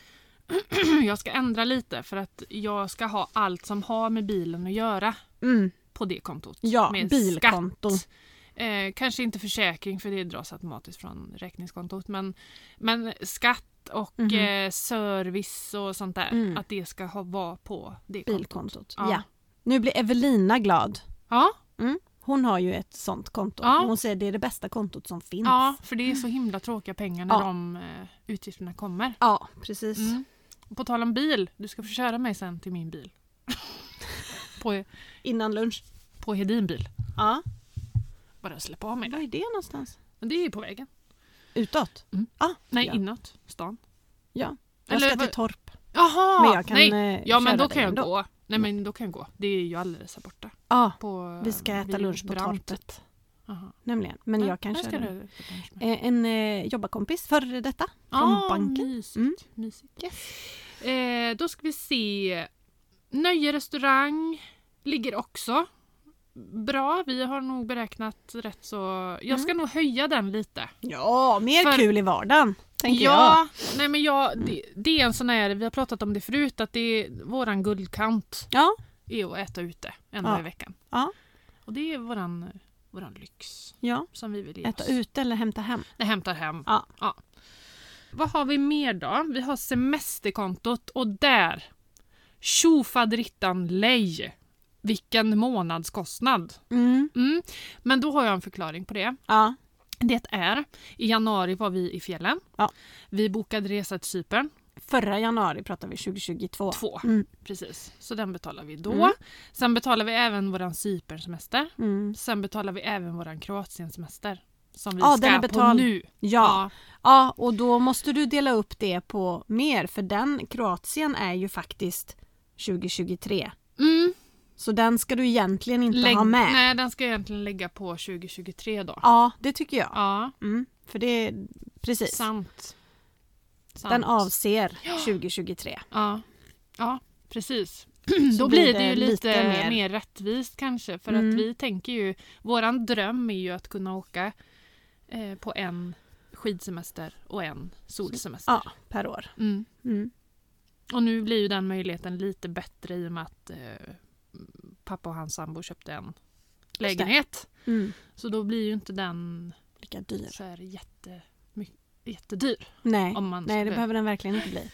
[SPEAKER 1] jag ska ändra lite för att jag ska ha allt som har med bilen att göra
[SPEAKER 2] Mm.
[SPEAKER 1] på det kontot.
[SPEAKER 2] Ja,
[SPEAKER 1] med
[SPEAKER 2] bilkonto.
[SPEAKER 1] skatt. Eh, kanske inte försäkring för det dras automatiskt från räkningskontot men, men skatt och
[SPEAKER 2] Mhm.
[SPEAKER 1] eh, service och sånt där.
[SPEAKER 2] Mm.
[SPEAKER 1] Att det ska ha, vara på det kontot.
[SPEAKER 2] Bilkontot. Ja.
[SPEAKER 1] Ja.
[SPEAKER 2] Nu blir Evelina glad.
[SPEAKER 1] Ja,
[SPEAKER 2] Hon har ju ett sånt konto.
[SPEAKER 1] Ja.
[SPEAKER 2] Hon säger det är det bästa kontot som finns.
[SPEAKER 1] ja, för det är så himla tråkiga pengar när
[SPEAKER 2] Ja.
[SPEAKER 1] de eh, utgifterna kommer.
[SPEAKER 2] Ja, precis.
[SPEAKER 1] Mm. På tal om bil, du ska få köra mig sen till min bil. på,
[SPEAKER 2] Innan lunch.
[SPEAKER 1] på Hedin bil.
[SPEAKER 2] Ja.
[SPEAKER 1] Bara släppa av mig
[SPEAKER 2] Var
[SPEAKER 1] där.
[SPEAKER 2] är det någonstans?
[SPEAKER 1] Men det är på vägen.
[SPEAKER 2] Utåt?
[SPEAKER 1] Mm.
[SPEAKER 2] Ah,
[SPEAKER 1] Nej,
[SPEAKER 2] ja.
[SPEAKER 1] inåt stan.
[SPEAKER 2] ja. Jag
[SPEAKER 1] Eller
[SPEAKER 2] ska till
[SPEAKER 1] vad-
[SPEAKER 2] Torp.
[SPEAKER 1] Jaha!
[SPEAKER 2] Men jag kan,
[SPEAKER 1] nej.
[SPEAKER 2] eh,
[SPEAKER 1] Ja men
[SPEAKER 2] köra
[SPEAKER 1] då
[SPEAKER 2] dig
[SPEAKER 1] kan jag
[SPEAKER 2] ändå.
[SPEAKER 1] gå. Nej men då kan jag gå. Det är ju alldeles här borta.
[SPEAKER 2] Ja,
[SPEAKER 1] På,
[SPEAKER 2] vi ska äta
[SPEAKER 1] vid
[SPEAKER 2] lunch på
[SPEAKER 1] Brant.
[SPEAKER 2] Torpet.
[SPEAKER 1] Jaha.
[SPEAKER 2] Nämligen. Men jag kan
[SPEAKER 1] ska
[SPEAKER 2] köra.
[SPEAKER 1] du
[SPEAKER 2] Eh,
[SPEAKER 1] äta lunch med.
[SPEAKER 2] En eh, jobbarkompis, före detta.
[SPEAKER 1] Ah,
[SPEAKER 2] banken.
[SPEAKER 1] Mysigt.
[SPEAKER 2] Mm.
[SPEAKER 1] mysigt. Eh, då ska vi se. Nöjerestaurang ligger också bra. Vi har nog beräknat rätt så. Jag
[SPEAKER 2] Mm.
[SPEAKER 1] ska nog höja den lite.
[SPEAKER 2] Ja, mer
[SPEAKER 1] För-
[SPEAKER 2] kul i vardagen, tänker jag.
[SPEAKER 1] ja, nej men jag, det, det är en sån här, vi har pratat om det förut, att det är våran guldkant
[SPEAKER 2] Ja,
[SPEAKER 1] är att äta ute en
[SPEAKER 2] Ja.
[SPEAKER 1] dag i veckan.
[SPEAKER 2] ja,
[SPEAKER 1] Och det är våran, våran lyx
[SPEAKER 2] ja.
[SPEAKER 1] som vi vill ge
[SPEAKER 2] Äta
[SPEAKER 1] oss.
[SPEAKER 2] ute eller hämta hem.
[SPEAKER 1] Det hämtar hem.
[SPEAKER 2] Ja.
[SPEAKER 1] Vad har vi mer då? Vi har semesterkontot och där tjofaderittan lej. Vilken månadskostnad.
[SPEAKER 2] Mm.
[SPEAKER 1] Mm. Men då har jag en förklaring på det.
[SPEAKER 2] Ja.
[SPEAKER 1] Det är, i januari var vi i fjällen.
[SPEAKER 2] Ja.
[SPEAKER 1] Vi bokade resa till Cypern,
[SPEAKER 2] Förra januari pratade vi 2022.
[SPEAKER 1] två.
[SPEAKER 2] Mm.
[SPEAKER 1] Precis, så den betalar vi då.
[SPEAKER 2] Mm.
[SPEAKER 1] Sen betalar vi även våran Cypernsemester.
[SPEAKER 2] Mm.
[SPEAKER 1] Sen betalar vi även våran Kroatiensemester. Som vi
[SPEAKER 2] Ja,
[SPEAKER 1] ska
[SPEAKER 2] den är
[SPEAKER 1] på
[SPEAKER 2] betald.
[SPEAKER 1] nu.
[SPEAKER 2] Ja. ja, och då måste du dela upp det på mer för den Kroatien är ju faktiskt 2023.
[SPEAKER 1] Ja. Mm.
[SPEAKER 2] Så den ska du egentligen inte
[SPEAKER 1] Lägg-
[SPEAKER 2] ha med.
[SPEAKER 1] Nej, den ska jag egentligen lägga på 2023 då.
[SPEAKER 2] Ja, det tycker jag.
[SPEAKER 1] Ja,
[SPEAKER 2] Mm. För det är precis.
[SPEAKER 1] sant. sant.
[SPEAKER 2] Den avser 2023.
[SPEAKER 1] Ja, ja precis. Då
[SPEAKER 2] blir
[SPEAKER 1] blir det
[SPEAKER 2] det
[SPEAKER 1] ju lite,
[SPEAKER 2] lite mer-
[SPEAKER 1] mer... rättvist kanske för
[SPEAKER 2] Mm.
[SPEAKER 1] att vi tänker ju, våran dröm är ju att kunna åka eh, på en skidsemester och en solsemester.
[SPEAKER 2] Ja, per år.
[SPEAKER 1] Mm.
[SPEAKER 2] Mm.
[SPEAKER 1] Och nu blir ju den möjligheten lite bättre i och med att eh, pappa och hans sambo köpte en
[SPEAKER 2] det.
[SPEAKER 1] lägenhet.
[SPEAKER 2] Mm.
[SPEAKER 1] Så då blir ju inte den
[SPEAKER 2] Lika dyr.
[SPEAKER 1] så här jätte, my- jättedyr.
[SPEAKER 2] Nej,
[SPEAKER 1] Om man
[SPEAKER 2] Mm. Nej det
[SPEAKER 1] skulle-
[SPEAKER 2] behöver den verkligen inte bli.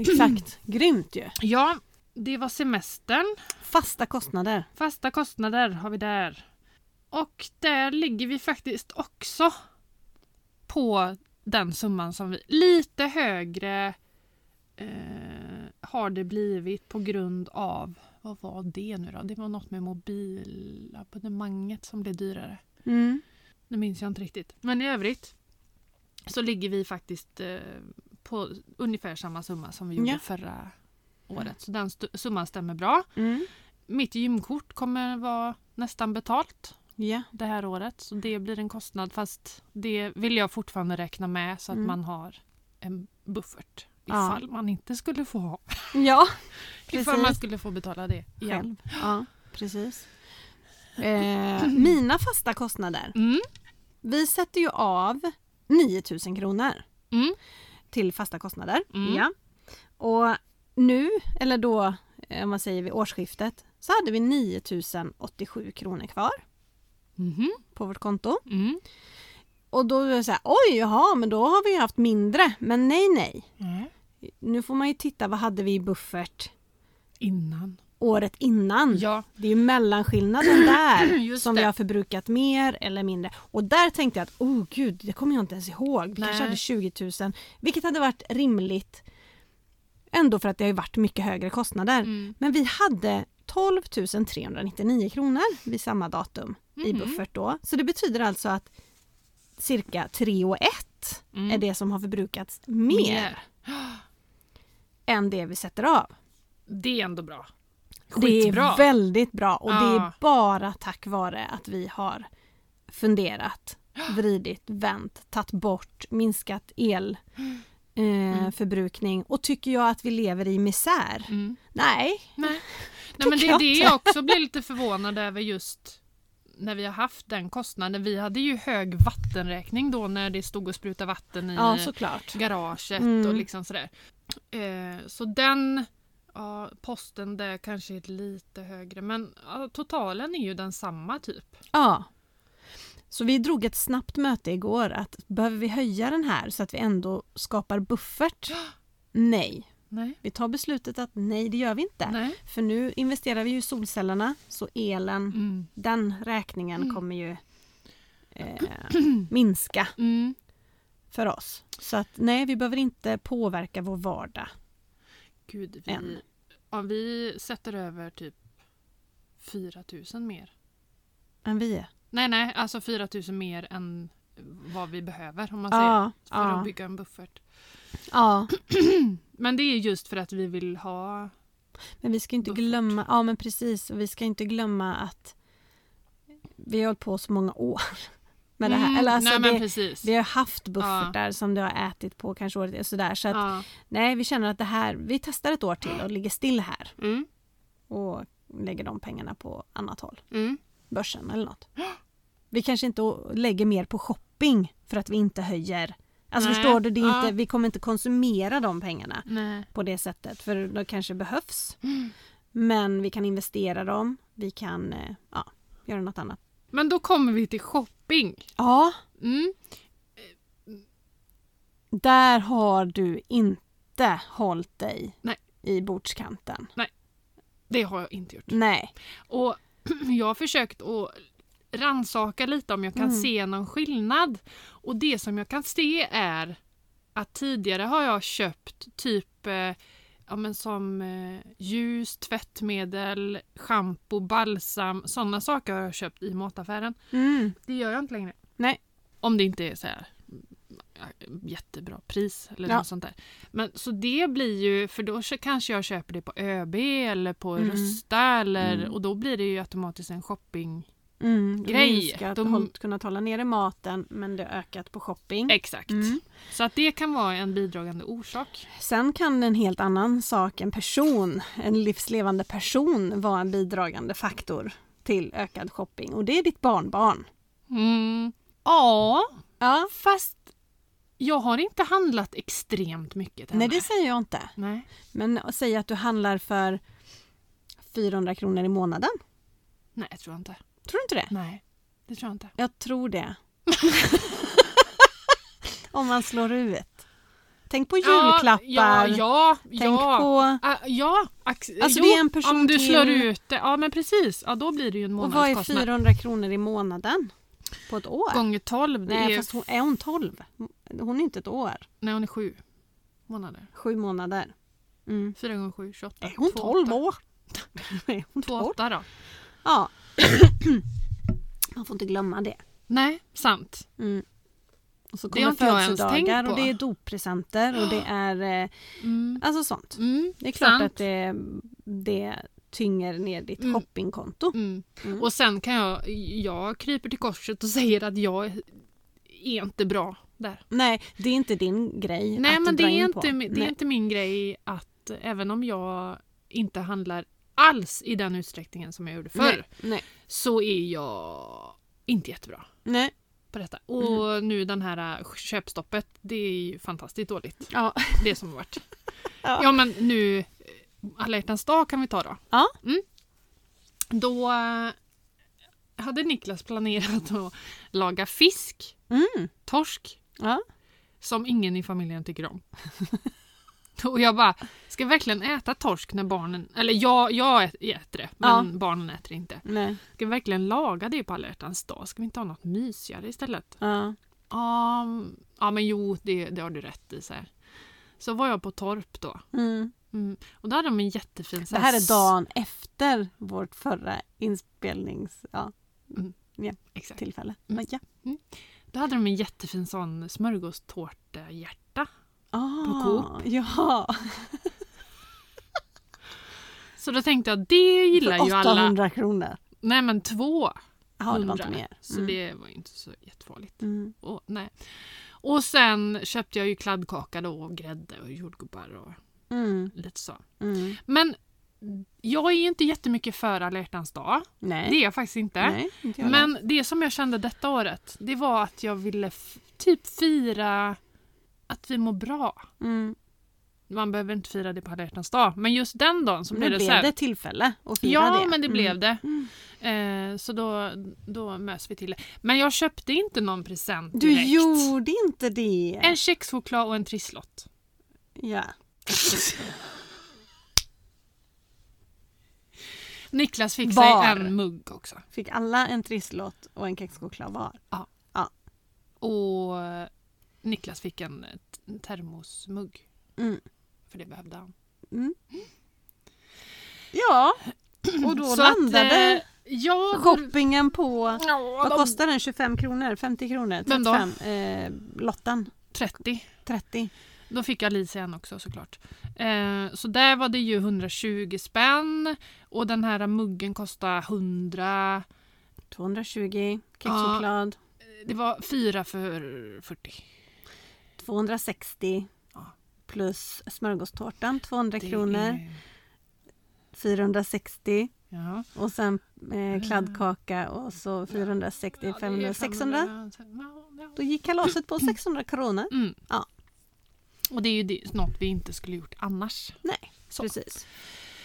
[SPEAKER 2] Exakt. Grymt ju.
[SPEAKER 1] Ja, det var semestern.
[SPEAKER 2] Fasta kostnader.
[SPEAKER 1] Fasta kostnader har vi där. Och där ligger vi faktiskt också på den summan som vi... Lite högre eh, har det blivit på grund av... Vad var det nu då? Det var något med mobilabonnemanget som blev dyrare.
[SPEAKER 2] Mm.
[SPEAKER 1] Nu minns jag inte riktigt. Men i övrigt så ligger vi faktiskt eh, på ungefär samma summa som vi gjorde
[SPEAKER 2] Ja.
[SPEAKER 1] förra året. Så den stu- summan stämmer bra.
[SPEAKER 2] Mm.
[SPEAKER 1] Mitt gymkort kommer vara nästan betalt
[SPEAKER 2] Ja.
[SPEAKER 1] det här året. Så det blir en kostnad fast det vill jag fortfarande räkna med så att
[SPEAKER 2] Mm.
[SPEAKER 1] man har en buffert.
[SPEAKER 2] Ja.
[SPEAKER 1] Ifall man inte skulle få ha.
[SPEAKER 2] Ja,
[SPEAKER 1] Ifall man
[SPEAKER 2] Precis.
[SPEAKER 1] skulle få betala det igen.
[SPEAKER 2] själv. Ja, precis. Eh, mina fasta kostnader.
[SPEAKER 1] Mm.
[SPEAKER 2] Vi sätter ju av 9000 kronor
[SPEAKER 1] Mm.
[SPEAKER 2] till fasta kostnader.
[SPEAKER 1] Mm.
[SPEAKER 2] Ja. Och nu, eller då, eh, om man säger vid årsskiftet, så hade vi 9087 kronor kvar
[SPEAKER 1] Mhm.
[SPEAKER 2] på vårt konto.
[SPEAKER 1] Mm.
[SPEAKER 2] Och då är det så här, oj, jaha, men då har vi ju haft mindre. Men nej, nej.
[SPEAKER 1] Nej.
[SPEAKER 2] Nu får man ju titta, vad hade vi i buffert
[SPEAKER 1] Innan.
[SPEAKER 2] året innan?
[SPEAKER 1] Ja.
[SPEAKER 2] Det är ju mellanskillnaden där
[SPEAKER 1] Just
[SPEAKER 2] Mm. som vi
[SPEAKER 1] det.
[SPEAKER 2] har förbrukat mer eller mindre. Och där tänkte jag att, oh gud, det kommer jag inte ens ihåg. Vi kanske
[SPEAKER 1] Nej.
[SPEAKER 2] hade 20 000, vilket hade varit rimligt. Ändå för att det har ju varit mycket högre kostnader.
[SPEAKER 1] Mm.
[SPEAKER 2] Men vi hade 12 399 kronor vid samma datum i
[SPEAKER 1] Mhm.
[SPEAKER 2] buffert då. Så det betyder alltså att cirka 3 och 1
[SPEAKER 1] Mm.
[SPEAKER 2] är det som har förbrukats mer än det vi sätter av.
[SPEAKER 1] Det är ändå bra.
[SPEAKER 2] Det
[SPEAKER 1] Skitbra.
[SPEAKER 2] är väldigt bra och det är
[SPEAKER 1] Ja.
[SPEAKER 2] bara tack vare att vi har funderat, vridit, vänt, tagit bort, minskat elförbrukning eh, förbrukning. och tycker jag att vi lever i misär?
[SPEAKER 1] Mm.
[SPEAKER 2] Nej.
[SPEAKER 1] Nej. Nej men det
[SPEAKER 2] Tycker
[SPEAKER 1] är
[SPEAKER 2] jag
[SPEAKER 1] det
[SPEAKER 2] inte.
[SPEAKER 1] jag också blir lite förvånad över just när vi har haft den kostnaden. Vi hade ju hög vattenräkning då när det stod och sprutade vatten i
[SPEAKER 2] Ja, såklart.
[SPEAKER 1] garaget
[SPEAKER 2] Mm.
[SPEAKER 1] och liksom sådär. Eh, så den ja, posten där kanske är lite högre men ja, totalen är ju densamma typ.
[SPEAKER 2] Ja. Så vi drog ett snabbt möte igår att behöver vi höja den här så att vi ändå skapar buffert? Nej.
[SPEAKER 1] Nej.
[SPEAKER 2] Vi tar beslutet att nej, det gör vi inte.
[SPEAKER 1] Nej.
[SPEAKER 2] För nu investerar vi ju i solcellerna så elen
[SPEAKER 1] Mm.
[SPEAKER 2] den räkningen
[SPEAKER 1] Mm.
[SPEAKER 2] kommer ju eh, minska
[SPEAKER 1] Mm.
[SPEAKER 2] för oss. Så att nej, vi behöver inte påverka vår vardag.
[SPEAKER 1] Gud, vi,
[SPEAKER 2] Än.
[SPEAKER 1] om vi sätter över typ 4 000 mer
[SPEAKER 2] Än vi är.
[SPEAKER 1] Nej, nej, alltså 4 000 mer än vad vi behöver om man säger.
[SPEAKER 2] Ja,
[SPEAKER 1] För att
[SPEAKER 2] ja,
[SPEAKER 1] bygga en buffert.
[SPEAKER 2] ja.
[SPEAKER 1] Men det är just för att vi vill ha...
[SPEAKER 2] Men vi ska inte
[SPEAKER 1] Buffert.
[SPEAKER 2] glömma, ja men precis, och vi ska inte glömma att vi har hållit på så många år med det här.
[SPEAKER 1] Mm,
[SPEAKER 2] Eller alltså,
[SPEAKER 1] nej, men
[SPEAKER 2] vi,
[SPEAKER 1] precis.
[SPEAKER 2] vi har haft buffertar som du har ätit på kanske året och sådär. Så att,
[SPEAKER 1] ja.
[SPEAKER 2] nej, vi känner att det här, vi testar ett år till och ligger still här
[SPEAKER 1] mm,
[SPEAKER 2] och lägger de pengarna på annat håll.
[SPEAKER 1] mm.
[SPEAKER 2] börsen eller något. Vi kanske inte lägger mer på shopping för att vi inte höjer. Alltså
[SPEAKER 1] Nej,
[SPEAKER 2] förstår du, det är
[SPEAKER 1] ja.
[SPEAKER 2] inte, vi kommer inte konsumera de pengarna
[SPEAKER 1] Nej.
[SPEAKER 2] på det sättet för de kanske behövs. Men vi kan investera dem, vi kan eh, ja, göra något annat.
[SPEAKER 1] Men då kommer vi till shopping.
[SPEAKER 2] Ja,
[SPEAKER 1] Mm.
[SPEAKER 2] där har du inte hållit dig
[SPEAKER 1] Nej.
[SPEAKER 2] i bordskanten.
[SPEAKER 1] Det har jag inte gjort.
[SPEAKER 2] Nej.
[SPEAKER 1] Och jag har försökt att rannsaka lite om jag kan
[SPEAKER 2] Mm.
[SPEAKER 1] se någon skillnad. Och det som jag kan se är att tidigare har jag köpt typ eh, ja, men som eh, ljus, tvättmedel, shampoo, balsam. Sådana saker har jag köpt i mataffären.
[SPEAKER 2] Mm.
[SPEAKER 1] Det gör jag inte längre.
[SPEAKER 2] Nej.
[SPEAKER 1] Om det inte är så här ja, jättebra pris eller
[SPEAKER 2] Ja.
[SPEAKER 1] något sånt där. Men så det blir ju, för då så kanske jag köper det på ÖB eller på
[SPEAKER 2] Mm.
[SPEAKER 1] Rusta eller,
[SPEAKER 2] Mm.
[SPEAKER 1] och då blir det ju automatiskt en shopping
[SPEAKER 2] Mm,
[SPEAKER 1] Grej.
[SPEAKER 2] grej. Minskat,
[SPEAKER 1] De-
[SPEAKER 2] de... hållit, kunnat hålla nere maten men det har ökat på shopping.
[SPEAKER 1] Exakt.
[SPEAKER 2] Mm.
[SPEAKER 1] Så att det kan vara en bidragande orsak.
[SPEAKER 2] Sen kan en helt annan sak, en person, en livslevande person vara en bidragande faktor till ökad shopping och det är ditt barnbarn.
[SPEAKER 1] Mm. Ja,
[SPEAKER 2] Ja,
[SPEAKER 1] fast jag har inte handlat extremt mycket till
[SPEAKER 2] nej det
[SPEAKER 1] henne.
[SPEAKER 2] säger jag inte.
[SPEAKER 1] Nej.
[SPEAKER 2] Men säg att du handlar för 400 kronor i månaden.
[SPEAKER 1] Nej, jag tror inte.
[SPEAKER 2] Tror du inte det?
[SPEAKER 1] Nej, det tror jag inte.
[SPEAKER 2] Jag tror det. Om man slår ut. Tänk på julklappar.
[SPEAKER 1] Ja, ja,
[SPEAKER 2] Tänk
[SPEAKER 1] ja.
[SPEAKER 2] på...
[SPEAKER 1] Ah, ja, ax-
[SPEAKER 2] Alltså, det är en person
[SPEAKER 1] om du
[SPEAKER 2] till-
[SPEAKER 1] slår ut det. Ja, men precis. Ja, då blir det ju en
[SPEAKER 2] Och vad är
[SPEAKER 1] månadskostnad.
[SPEAKER 2] 400 kronor i månaden? På ett år?
[SPEAKER 1] Gånger 12, det
[SPEAKER 2] Nej,
[SPEAKER 1] är...
[SPEAKER 2] fast hon, är hon 12? Hon är inte ett år.
[SPEAKER 1] Nej, hon är sju månader.
[SPEAKER 2] Sju månader. Mm.
[SPEAKER 1] Fyra gånger sju, 28.
[SPEAKER 2] Är hon
[SPEAKER 1] Två
[SPEAKER 2] 12
[SPEAKER 1] åtta.
[SPEAKER 2] år? är hon
[SPEAKER 1] Två
[SPEAKER 2] 12?
[SPEAKER 1] åtta då.
[SPEAKER 2] Ja. Man får inte glömma det.
[SPEAKER 1] Nej, sant.
[SPEAKER 2] Mm. Och så
[SPEAKER 1] Det har
[SPEAKER 2] kommer
[SPEAKER 1] inte jag ens
[SPEAKER 2] födelsedagar
[SPEAKER 1] tänkt
[SPEAKER 2] och
[SPEAKER 1] på.
[SPEAKER 2] det är doppresenter och det är eh,
[SPEAKER 1] Mm.
[SPEAKER 2] alltså sånt.
[SPEAKER 1] Mm,
[SPEAKER 2] Det är klart
[SPEAKER 1] sant.
[SPEAKER 2] att det, det tynger ner ditt
[SPEAKER 1] Mm.
[SPEAKER 2] shoppingkonto.
[SPEAKER 1] Mm.
[SPEAKER 2] Mm.
[SPEAKER 1] Och sen kan jag, jag kryper till korset och säger att jag är inte bra där.
[SPEAKER 2] Nej, det är inte din grej
[SPEAKER 1] Nej
[SPEAKER 2] att
[SPEAKER 1] men det
[SPEAKER 2] dra in
[SPEAKER 1] är,
[SPEAKER 2] på.
[SPEAKER 1] inte, mi- det
[SPEAKER 2] Nej.
[SPEAKER 1] är inte min grej att även om jag inte handlar alls i den utsträckningen som jag gjorde förr
[SPEAKER 2] Nej. Nej.
[SPEAKER 1] så är jag inte jättebra
[SPEAKER 2] Nej.
[SPEAKER 1] på detta. Och
[SPEAKER 2] Mm.
[SPEAKER 1] nu den här äh, köpstoppet, det är ju fantastiskt dåligt.
[SPEAKER 2] Ja.
[SPEAKER 1] Det som har varit.
[SPEAKER 2] Ja.
[SPEAKER 1] Ja men nu, eh, alla hjärtans dag kan vi ta då.
[SPEAKER 2] Ja.
[SPEAKER 1] Mm. Då eh, hade Niklas planerat att laga fisk,
[SPEAKER 2] Mm.
[SPEAKER 1] torsk,
[SPEAKER 2] Ja.
[SPEAKER 1] som ingen i familjen tycker om. Och jag bara, ska jag verkligen äta torsk när barnen, eller jag, jag ä- äter det, men barnen äter det inte.
[SPEAKER 2] Nej.
[SPEAKER 1] Ska vi verkligen laga det på alla hjärtans dag? Ska vi inte ha något mysigare istället?
[SPEAKER 2] Ja.
[SPEAKER 1] Ja, ja men jo, det, det har du rätt i. Så, här. så var jag på torp då.
[SPEAKER 2] Mm.
[SPEAKER 1] Mm. Och då hade de en jättefin... så
[SPEAKER 2] Det här är dagen efter vårt förra inspelnings... Ja,
[SPEAKER 1] Exakt.
[SPEAKER 2] tillfälle.
[SPEAKER 1] Mm.
[SPEAKER 2] Ja.
[SPEAKER 1] Då hade de en jättefin sån smörgåstårtehjärta.
[SPEAKER 2] Ah,
[SPEAKER 1] På Coop.
[SPEAKER 2] Ja,
[SPEAKER 1] Så då tänkte jag, det gillar ju
[SPEAKER 2] för
[SPEAKER 1] alla.
[SPEAKER 2] 800 kronor.
[SPEAKER 1] Nej men två.
[SPEAKER 2] Ja, det var inte
[SPEAKER 1] hundra.
[SPEAKER 2] mer.
[SPEAKER 1] Så det var ju inte så jättefarligt.
[SPEAKER 2] Mm.
[SPEAKER 1] Och, nej. och sen köpte jag ju kladdkaka då och grädde och jordgubbar och
[SPEAKER 2] Mm.
[SPEAKER 1] lite så.
[SPEAKER 2] Mm.
[SPEAKER 1] Men jag är inte jättemycket för alla hjärtans dag.
[SPEAKER 2] Nej.
[SPEAKER 1] Det är jag faktiskt inte.
[SPEAKER 2] Nej, inte jag heller.
[SPEAKER 1] Men det som jag kände detta året, det var att jag ville f- typ fira att vi mår bra.
[SPEAKER 2] Mm.
[SPEAKER 1] Man behöver inte fira det på alla hjärtans dag, men just den dagen så
[SPEAKER 2] Nu
[SPEAKER 1] blev det,
[SPEAKER 2] blev
[SPEAKER 1] så här,
[SPEAKER 2] det ett tillfälle att fira
[SPEAKER 1] Ja,
[SPEAKER 2] det.
[SPEAKER 1] men det
[SPEAKER 2] Mm.
[SPEAKER 1] blev det.
[SPEAKER 2] Mm.
[SPEAKER 1] Eh, så då, då möts vi till det. Men jag köpte inte någon present
[SPEAKER 2] Du
[SPEAKER 1] direkt.
[SPEAKER 2] gjorde inte det!
[SPEAKER 1] En kexchoklad och en trisslott.
[SPEAKER 2] Ja.
[SPEAKER 1] Niklas fick
[SPEAKER 2] Var.
[SPEAKER 1] sig en mugg också.
[SPEAKER 2] Fick alla en trisslott och en kexchoklad var?
[SPEAKER 1] Och eh, Niklas fick en t- termosmugg.
[SPEAKER 2] Mm.
[SPEAKER 1] För det behövde han.
[SPEAKER 2] Ja, Mm. och då
[SPEAKER 1] Så att,
[SPEAKER 2] landade
[SPEAKER 1] eh, ja,
[SPEAKER 2] shoppingen på...
[SPEAKER 1] ja,
[SPEAKER 2] Vad
[SPEAKER 1] de-
[SPEAKER 2] kostar den? 25 kronor? 50 kronor?
[SPEAKER 1] Vem då?
[SPEAKER 2] 35? Eh, lotten?
[SPEAKER 1] 30.
[SPEAKER 2] 30?
[SPEAKER 1] Då fick Alice en också såklart. Eh, så där var det ju 120 spänn och den här muggen kostade 100.
[SPEAKER 2] 220? Kexchoklad?
[SPEAKER 1] Det var fyra för 40.
[SPEAKER 2] 260?
[SPEAKER 1] Ja.
[SPEAKER 2] Plus smörgåstårtan 200
[SPEAKER 1] Det
[SPEAKER 2] kronor?
[SPEAKER 1] är-
[SPEAKER 2] 460?
[SPEAKER 1] Ja.
[SPEAKER 2] Och sen eh, kladdkaka och så 460,
[SPEAKER 1] Mm. Ja, det är
[SPEAKER 2] 500, 600?
[SPEAKER 1] Ja, ja.
[SPEAKER 2] Då gick kalaset på 600 kronor.
[SPEAKER 1] Mm.
[SPEAKER 2] Ja.
[SPEAKER 1] Och det är ju det, något vi inte skulle gjort annars.
[SPEAKER 2] Nej,
[SPEAKER 1] Så.
[SPEAKER 2] precis.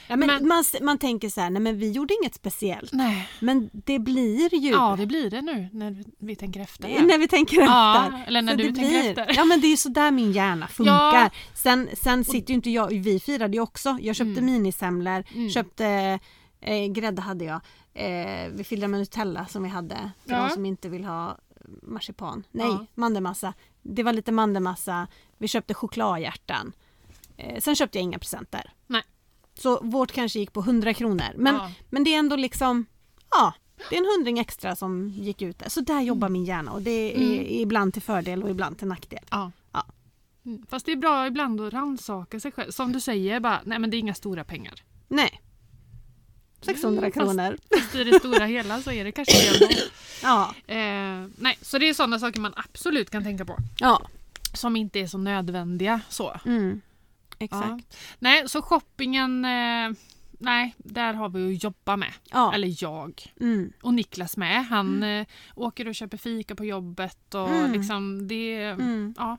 [SPEAKER 2] Ja, men
[SPEAKER 1] Men-
[SPEAKER 2] man, s- man tänker så här, nej men vi gjorde inget speciellt.
[SPEAKER 1] Nej.
[SPEAKER 2] Men det blir ju
[SPEAKER 1] Ja, det blir det nu när vi tänker efter.
[SPEAKER 2] Eh, när vi tänker
[SPEAKER 1] Ja,
[SPEAKER 2] efter.
[SPEAKER 1] eller när
[SPEAKER 2] Så
[SPEAKER 1] du
[SPEAKER 2] det
[SPEAKER 1] tänker efter.
[SPEAKER 2] Ja men det är ju sådär min hjärna funkar.
[SPEAKER 1] Ja.
[SPEAKER 2] Sen, sen sitter ju inte jag, vi firade ju också. Jag köpte
[SPEAKER 1] Mm.
[SPEAKER 2] minisemlor,
[SPEAKER 1] Mm.
[SPEAKER 2] köpte eh, grädde hade jag. Eh, vi fyllde med Nutella som vi hade för
[SPEAKER 1] Ja.
[SPEAKER 2] de som inte vill ha marsipan. Nej,
[SPEAKER 1] Ja.
[SPEAKER 2] mandelmassa. Det var lite mandelmassa. Vi köpte chokladhjärtan. Eh, sen köpte jag inga presenter.
[SPEAKER 1] Nej.
[SPEAKER 2] Så vårt kanske gick på 100 kronor. Men,
[SPEAKER 1] Ja.
[SPEAKER 2] men det är ändå liksom, ja, det är en hundring extra som gick ut där. Så där jobbar min hjärna och det är
[SPEAKER 1] Mm.
[SPEAKER 2] ibland till fördel och ibland till nackdel.
[SPEAKER 1] Ja.
[SPEAKER 2] Ja.
[SPEAKER 1] Mm. Fast det är bra ibland att rannsaka sig själv. Som du säger, bara, nej men det är inga stora pengar.
[SPEAKER 2] Nej. 600
[SPEAKER 1] Mm, fast-
[SPEAKER 2] kronor.
[SPEAKER 1] Fast i det stora hela så är det kanske det ändå.
[SPEAKER 2] Ja,
[SPEAKER 1] Eh, nej, så det är sådana saker man absolut kan tänka på.
[SPEAKER 2] ja.
[SPEAKER 1] Som inte är så nödvändiga så.
[SPEAKER 2] Mm.
[SPEAKER 1] Ja.
[SPEAKER 2] exakt.
[SPEAKER 1] Nej, så shoppingen, eh, nej, där har vi att jobba med.
[SPEAKER 2] Ja.
[SPEAKER 1] Eller jag.
[SPEAKER 2] Mm.
[SPEAKER 1] Och Niklas med. Han eh, åker och köper fika på jobbet och
[SPEAKER 2] Mm.
[SPEAKER 1] liksom det...
[SPEAKER 2] Mm.
[SPEAKER 1] Ja.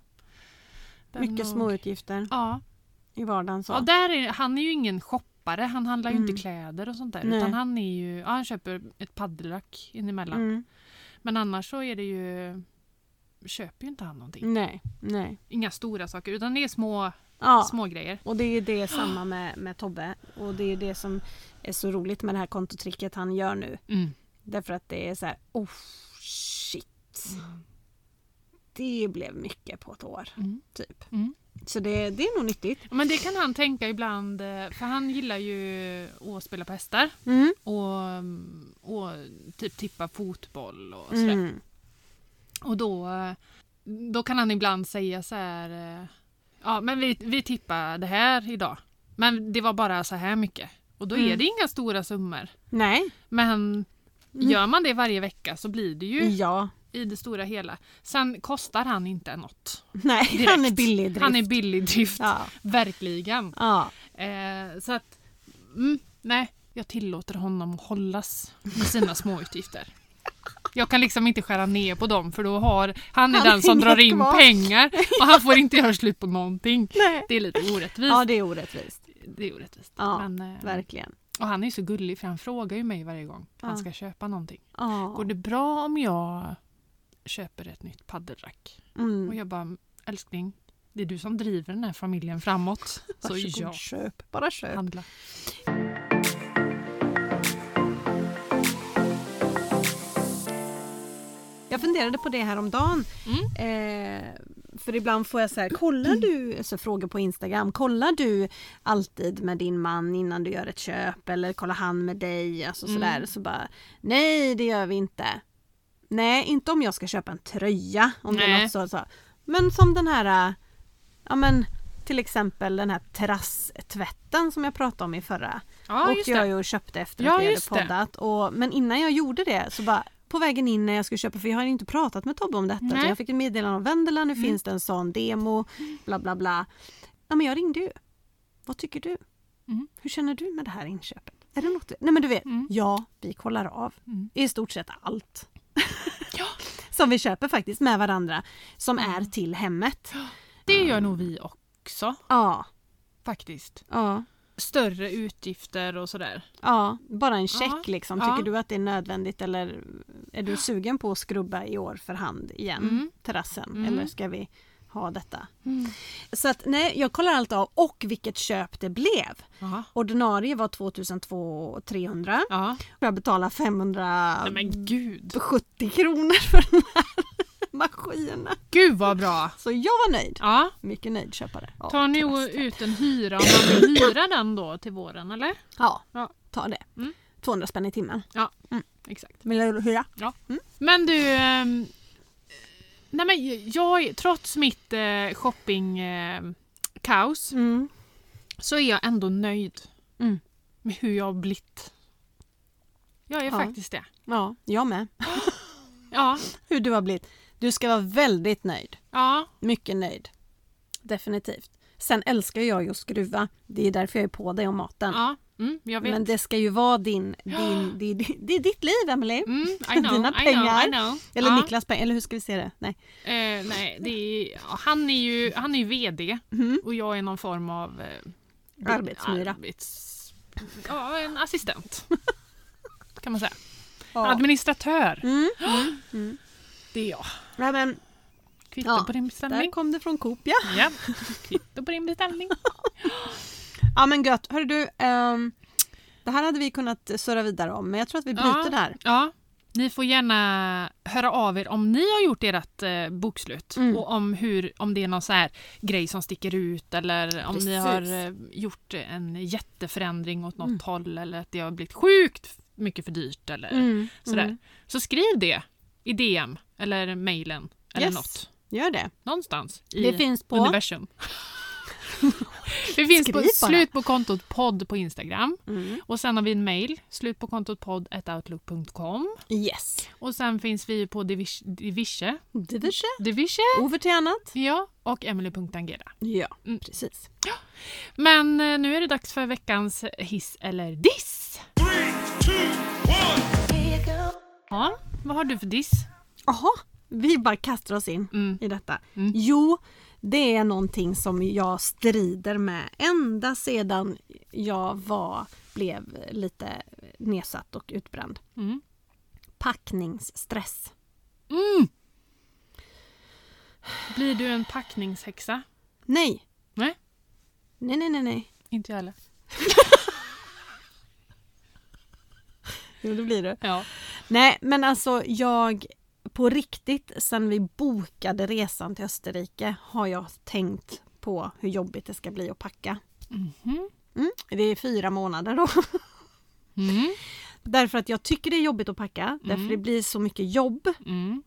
[SPEAKER 1] Den
[SPEAKER 2] Mycket
[SPEAKER 1] och-
[SPEAKER 2] småutgifter
[SPEAKER 1] Ja.
[SPEAKER 2] i vardagen. Så. Mm.
[SPEAKER 1] ja där är, han är ju ingen shoppare. Han handlar ju inte kläder och sånt där.
[SPEAKER 2] Nej.
[SPEAKER 1] Utan han är ju... Ja, han köper ett paddelrack inemellan.
[SPEAKER 2] Mm.
[SPEAKER 1] Men annars så är det ju... Köper ju inte han någonting.
[SPEAKER 2] Nej, nej.
[SPEAKER 1] Inga stora saker utan det är små,
[SPEAKER 2] Ja.
[SPEAKER 1] små grejer.
[SPEAKER 2] Och det är ju det samma med, med Tobbe. Och det är ju det som är så roligt med det här kontotricket han gör nu.
[SPEAKER 1] Mm.
[SPEAKER 2] Därför att det är så här, oh shit. Det blev mycket på ett år.
[SPEAKER 1] Mm.
[SPEAKER 2] Typ.
[SPEAKER 1] Mm.
[SPEAKER 2] Så det, det är nog nyttigt.
[SPEAKER 1] Men det kan han tänka ibland, eh, för han gillar ju att spela på hästar
[SPEAKER 2] Mm.
[SPEAKER 1] och, mm, och typ tippa fotboll och sådär.
[SPEAKER 2] Mm.
[SPEAKER 1] Och då, eh, då kan han ibland säga så här, eh, ja men vi, vi tippar det här idag, men det var bara så här mycket. Och då är
[SPEAKER 2] Mm.
[SPEAKER 1] det inga stora summor.
[SPEAKER 2] Nej.
[SPEAKER 1] Men gör man det varje vecka så blir det ju
[SPEAKER 2] Ja.
[SPEAKER 1] i det stora hela. Sen kostar han inte något.
[SPEAKER 2] Nej,
[SPEAKER 1] direkt.
[SPEAKER 2] han är billig i drift.
[SPEAKER 1] Han är billig i drift,
[SPEAKER 2] Ja.
[SPEAKER 1] verkligen.
[SPEAKER 2] Ja.
[SPEAKER 1] Eh, så att, mm, nej, jag tillåter honom att hållas med sina småutgifter. Jag kan liksom inte skära ner på dem för då har han är
[SPEAKER 2] Han
[SPEAKER 1] den som
[SPEAKER 2] hänger
[SPEAKER 1] drar in
[SPEAKER 2] kvar.
[SPEAKER 1] pengar och han får inte göra slut på någonting.
[SPEAKER 2] Nej.
[SPEAKER 1] Det är lite orättvist.
[SPEAKER 2] ja, det är orättvist.
[SPEAKER 1] det är orättvist.
[SPEAKER 2] Ja,
[SPEAKER 1] Men, eh,
[SPEAKER 2] Verkligen.
[SPEAKER 1] och han är ju så gullig för han frågar ju mig varje gång
[SPEAKER 2] Ja.
[SPEAKER 1] han ska köpa någonting.
[SPEAKER 2] Ja.
[SPEAKER 1] Går det bra om jag köper ett nytt paddelrack? Och
[SPEAKER 2] Mm.
[SPEAKER 1] jag bara, älskling, det är du som driver den här familjen framåt. Så
[SPEAKER 2] Varsågod,
[SPEAKER 1] ja,
[SPEAKER 2] köp. Bara köp.
[SPEAKER 1] handla.
[SPEAKER 2] Jag funderade på det här om dagen.
[SPEAKER 1] Mm.
[SPEAKER 2] Eh, för ibland får jag så här, kollar du, så frågor på Instagram, kollar du alltid med din man innan du gör ett köp eller kollar han med dig? Alltså
[SPEAKER 1] Mm.
[SPEAKER 2] sådär. Så bara, nej det gör vi inte. Nej, inte om jag ska köpa en tröja. Om det är
[SPEAKER 1] Nej.
[SPEAKER 2] något så, så. Men som den här, äh, ja men till exempel den här terrasstvätten som jag pratade om i förra.
[SPEAKER 1] Ja, just
[SPEAKER 2] åkte jag
[SPEAKER 1] det.
[SPEAKER 2] ju och köpte efter
[SPEAKER 1] Ja,
[SPEAKER 2] att vi hade
[SPEAKER 1] just det.
[SPEAKER 2] poddat. Och, men innan jag gjorde det så bara på vägen in när jag skulle köpa, för jag har ju inte pratat med Tobbe om detta.
[SPEAKER 1] Nej. Mm.
[SPEAKER 2] Så jag fick ett meddelande av Vendela, nu finns det en sån demo, bla bla bla. Ja men jag ringde ju. Vad tycker du?
[SPEAKER 1] Mm.
[SPEAKER 2] Hur känner du med det här inköpet? Är det något du... Nej men du vet,
[SPEAKER 1] Mm.
[SPEAKER 2] ja vi kollar av
[SPEAKER 1] Mm.
[SPEAKER 2] i stort sett allt. Som vi köper faktiskt med varandra, som
[SPEAKER 1] Mm.
[SPEAKER 2] är till hemmet.
[SPEAKER 1] Det gör nog vi också
[SPEAKER 2] Ja,
[SPEAKER 1] faktiskt.
[SPEAKER 2] ja,
[SPEAKER 1] Större utgifter och sådär.
[SPEAKER 2] ja. bara en check
[SPEAKER 1] Ja,
[SPEAKER 2] liksom.
[SPEAKER 1] ja.
[SPEAKER 2] Tycker du att det är nödvändigt eller är du sugen på att skrubba i år för hand igen,
[SPEAKER 1] Mm.
[SPEAKER 2] terrassen?
[SPEAKER 1] Mm.
[SPEAKER 2] Eller ska vi ha detta? Så att nej, jag kollar allt av och vilket köp det blev.
[SPEAKER 1] Ja.
[SPEAKER 2] Ordinarie var 2300
[SPEAKER 1] Ja.
[SPEAKER 2] jag betalade 500
[SPEAKER 1] Nej, men gud.
[SPEAKER 2] 70 kronor för den här maskinen.
[SPEAKER 1] Gud vad bra.
[SPEAKER 2] Så jag var nöjd.
[SPEAKER 1] Ja.
[SPEAKER 2] Mycket nöjd köpare. Ja,
[SPEAKER 1] Tar ni
[SPEAKER 2] terrass.
[SPEAKER 1] ut en hyra om man vill hyra den då till våren eller?
[SPEAKER 2] Ja,
[SPEAKER 1] Ja.
[SPEAKER 2] ta det.
[SPEAKER 1] Mm.
[SPEAKER 2] 200 spänn i timmen.
[SPEAKER 1] Exakt.
[SPEAKER 2] Vill du hyra?
[SPEAKER 1] Men du. ehm, Nej men jag, är- trots mitt eh, shoppingkaos
[SPEAKER 2] Mm.
[SPEAKER 1] så är jag ändå nöjd
[SPEAKER 2] Mm.
[SPEAKER 1] med hur jag har blivit. Jag är
[SPEAKER 2] Ja.
[SPEAKER 1] faktiskt det.
[SPEAKER 2] Ja, jag med.
[SPEAKER 1] Ja.
[SPEAKER 2] Hur du har blivit. Du ska vara väldigt nöjd.
[SPEAKER 1] Ja.
[SPEAKER 2] Mycket nöjd. Definitivt. Sen älskar jag ju att skruva. Det är därför jag är på dig om maten.
[SPEAKER 1] ja. Mm, jag vet.
[SPEAKER 2] Men det ska ju vara din, din, det, är- det är ditt liv Emelie.
[SPEAKER 1] Mm, I know,
[SPEAKER 2] Dina
[SPEAKER 1] I know,
[SPEAKER 2] pengar.
[SPEAKER 1] I know.
[SPEAKER 2] Eller
[SPEAKER 1] ja.
[SPEAKER 2] Niklas pengar, eller hur ska vi se det? Nej.
[SPEAKER 1] Eh, nej, det är, ja, han, är ju, han är ju VD
[SPEAKER 2] Mhm.
[SPEAKER 1] och jag är någon form av... Eh,
[SPEAKER 2] Arbetsmyra.
[SPEAKER 1] arbets- ja, en assistent. kan man säga.
[SPEAKER 2] Ja.
[SPEAKER 1] Administratör,
[SPEAKER 2] Mm.
[SPEAKER 1] det är jag.
[SPEAKER 2] Nej, men,
[SPEAKER 1] Kvitto
[SPEAKER 2] Ja,
[SPEAKER 1] på din
[SPEAKER 2] där
[SPEAKER 1] beställning.
[SPEAKER 2] kom det från Coop ja.
[SPEAKER 1] Ja, kvitto på din beställning.
[SPEAKER 2] Ja men gött. Hörru du, ehm, det här hade vi kunnat surra vidare om men jag tror att vi bryter
[SPEAKER 1] Ja.
[SPEAKER 2] där.
[SPEAKER 1] Ja, ni får gärna höra av er om ni har gjort ert eh, bokslut
[SPEAKER 2] Mm.
[SPEAKER 1] och om, hur, om det är någon så här grej som sticker ut eller om ni
[SPEAKER 2] Precis.
[SPEAKER 1] har eh, gjort en jätteförändring åt något
[SPEAKER 2] Mm.
[SPEAKER 1] håll eller att det har blivit sjukt mycket för dyrt eller sådär.
[SPEAKER 2] Mm.
[SPEAKER 1] Så skriv det i DM eller mejlen eller
[SPEAKER 2] Yes.
[SPEAKER 1] något.
[SPEAKER 2] Gör det.
[SPEAKER 1] Någonstans i
[SPEAKER 2] Det finns på
[SPEAKER 1] universum. Vi finns på
[SPEAKER 2] Skriv bara.
[SPEAKER 1] slut på kontot podd på Instagram.
[SPEAKER 2] Mm.
[SPEAKER 1] Och sen har vi en mail, slut på kontot podd at outlook.com.
[SPEAKER 2] Yes.
[SPEAKER 1] Och sen finns vi på Divis- Divische.
[SPEAKER 2] Diverse.
[SPEAKER 1] Divische?
[SPEAKER 2] Över till annat.
[SPEAKER 1] Ja, och Emily.angela.
[SPEAKER 2] Ja,
[SPEAKER 1] Mm.
[SPEAKER 2] precis.
[SPEAKER 1] Men eh, nu är det dags för veckans hiss eller diss. Ja, vad har du för diss?
[SPEAKER 2] Jaha, vi bara kastar oss in
[SPEAKER 1] Mm.
[SPEAKER 2] i detta.
[SPEAKER 1] Mm.
[SPEAKER 2] Jo, det är någonting som jag strider med ända sedan jag var, blev lite nedsatt och utbränd.
[SPEAKER 1] Mm.
[SPEAKER 2] Packningsstress.
[SPEAKER 1] Mm. Blir du en packningshäxa?
[SPEAKER 2] Nej,
[SPEAKER 1] Nej,
[SPEAKER 2] nej, nej, nej. nej.
[SPEAKER 1] inte jag heller.
[SPEAKER 2] Jo, det blir det.
[SPEAKER 1] Ja.
[SPEAKER 2] Nej, men alltså jag på riktigt sen vi bokade resan till Österrike har jag tänkt på hur jobbigt det ska bli att packa.
[SPEAKER 1] Mhm.
[SPEAKER 2] Mm, det är fyra månader då.
[SPEAKER 1] Mm.
[SPEAKER 2] Därför att jag tycker det är jobbigt att packa, därför det blir så mycket jobb.
[SPEAKER 1] Mm.